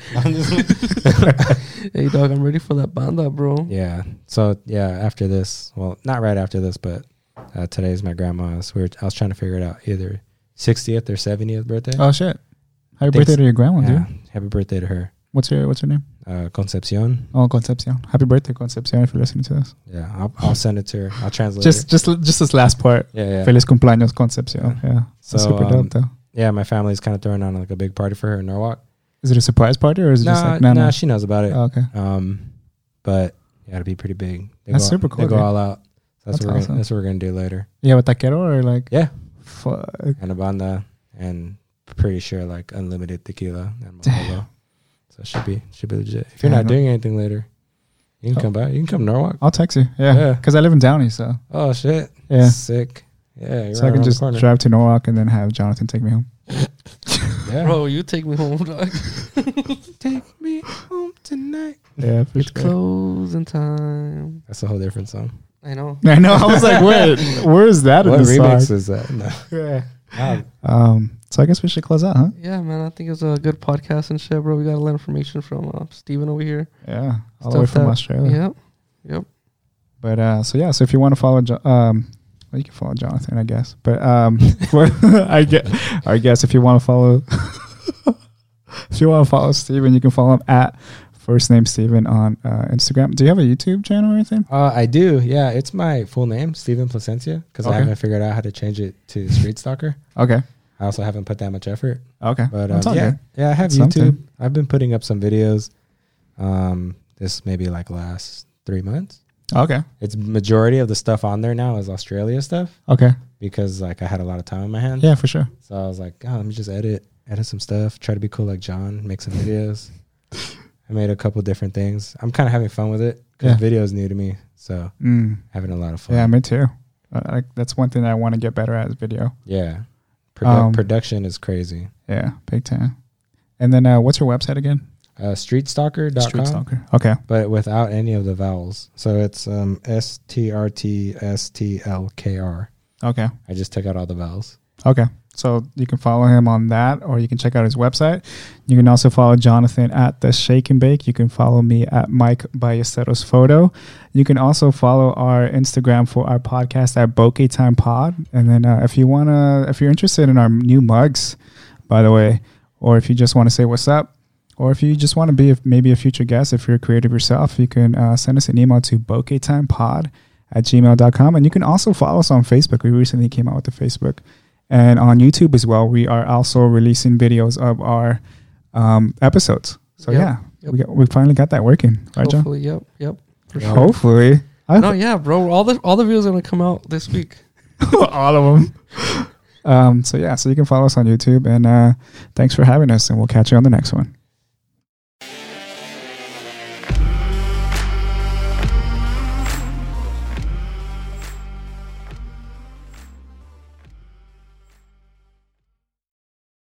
S2: hey, dog, I'm ready for that banda, bro.
S3: Yeah. So yeah, after this, well, not right after this, but uh, today's my grandma's. We were, I was trying to figure it out, either 60th or 70th birthday.
S1: Oh shit! Happy
S3: Thanks.
S1: birthday to your grandma,
S3: yeah.
S1: dude.
S3: Happy birthday to her,
S1: What's your What's your name?
S3: uh, Concepcion.
S1: Oh, Concepcion. Happy birthday, Concepcion, if you're listening to this.
S3: Yeah, I'll, I'll send it to her. I'll translate.
S1: Just just just this last part.
S3: it. yeah, yeah.
S1: Feliz cumpleaños, Concepcion. Yeah,
S3: So,
S1: That's super
S3: um,
S1: dope though.
S3: yeah. My family's kind of throwing on like a big party for her in Norwalk.
S1: Is it a surprise party or is it
S3: No,
S1: just like
S3: no,
S1: no, no?
S3: she knows about it.
S1: Oh, okay.
S3: Um, but yeah, it'll be pretty big. They
S1: That's
S3: go,
S1: super
S3: They
S1: cool,
S3: go
S1: dude.
S3: all out. That's,
S1: That's
S3: what we're
S1: awesome.
S3: gonna, that's what we're gonna do later.
S1: Yeah, with taquero or like
S3: Yeah.
S1: Fuck.
S3: And a banda and pretty sure like unlimited tequila and mojito. So it should be should be legit. If you're
S1: Yeah, I
S3: not
S1: know.
S3: doing anything later, you can
S1: Oh.
S3: come back. You can come to Norwalk.
S1: I'll text you. Yeah,
S3: Yeah.
S1: because I live in Downey, so
S3: Oh shit.
S1: yeah.
S3: Sick. Yeah. You're
S1: so I can just drive to Norwalk and then have Jonathan take me home.
S3: Yeah.
S2: Bro, you take me home, dog.
S3: Take me home tonight.
S1: Yeah, for
S2: It's
S1: sure.
S2: closing time.
S3: That's a whole different song.
S2: I know.
S1: I know. I was like, wait, where is that
S3: what
S1: in the
S3: remix
S1: song?
S3: is that? No.
S1: Yeah.
S3: Um,
S1: Um. So I guess we should close out, huh?
S2: Yeah, man, I think it's a good podcast and shit, bro. We got a lot of information from uh, Steven over here.
S1: Yeah. All
S2: Stuff
S1: the way from
S2: that-
S1: Australia.
S2: Yep. Yep.
S1: But uh, so yeah, so if you want to follow, Jo- um, well, you can follow Jonathan, I guess. But um, for, I get, I guess if you want to follow, if you want to follow Steven, you can follow him at first name Steven on uh, Instagram. Do you have a YouTube channel or anything?
S3: Uh, I do. Yeah, it's my full name, Stephen Placencia, because
S1: Okay.
S3: I haven't figured out how to change it to Street Stalker.
S1: Okay, uh,
S3: I also haven't put that much effort.
S1: okay,
S3: But um,
S1: That's all
S3: yeah,
S1: good.
S3: yeah, I have
S1: It's
S3: YouTube.
S1: something.
S3: I've been putting up some videos. Um, this maybe like last three months.
S1: okay,
S3: It's majority of the stuff on there now is Australia stuff
S1: okay.
S3: because like I had a lot of time on my hands.
S1: Yeah, for sure.
S3: So I was like, oh, let me just edit, edit some stuff, try to be cool like John, make some videos. I made a couple different things. I'm kind of having fun with it because
S1: Yeah.
S3: video is new to me, so
S1: Mm.
S3: having a lot of fun.
S1: Yeah, me too. Uh, like that's one thing that I want to get better at is video.
S3: Yeah. Produ-
S1: Um,
S3: production is crazy.
S1: Yeah, big time. And then uh, what's your website again?
S3: Uh, streetstalker.com,
S1: Stalker. Okay.
S3: but without any of the vowels. So it's um, S T R T S T L K R.
S1: Okay.
S3: I just took out all the vowels.
S1: Okay. So you can follow him on that, or you can check out his website. You can also follow Jonathan at the Shake and Bake. You can follow me at Mike Ballesteros Photo. You can also follow our Instagram for our podcast at Bokeh Time Pod. And then uh, if you wanna, if you're interested in our new mugs, by the way, or if you just want to say what's up, or if you just want to be if maybe a future guest, if you're creative yourself, you can uh, send us an email to bokehtimepod at gmail.com. And you can also follow us on Facebook. We recently came out with the Facebook and on YouTube as well. We are also releasing videos of our um, episodes. So
S2: Yep.
S1: yeah,
S2: Yep.
S1: we, got, we finally got that working, right, John?
S2: Hopefully, yep. Yep. For
S3: Yeah.
S2: sure.
S1: Hopefully. I
S2: No, yeah, bro. All the all the videos are gonna come out this week.
S1: all of them. Um, so yeah, so you can follow us on YouTube, and uh, thanks for having us, and we'll catch you on the next one.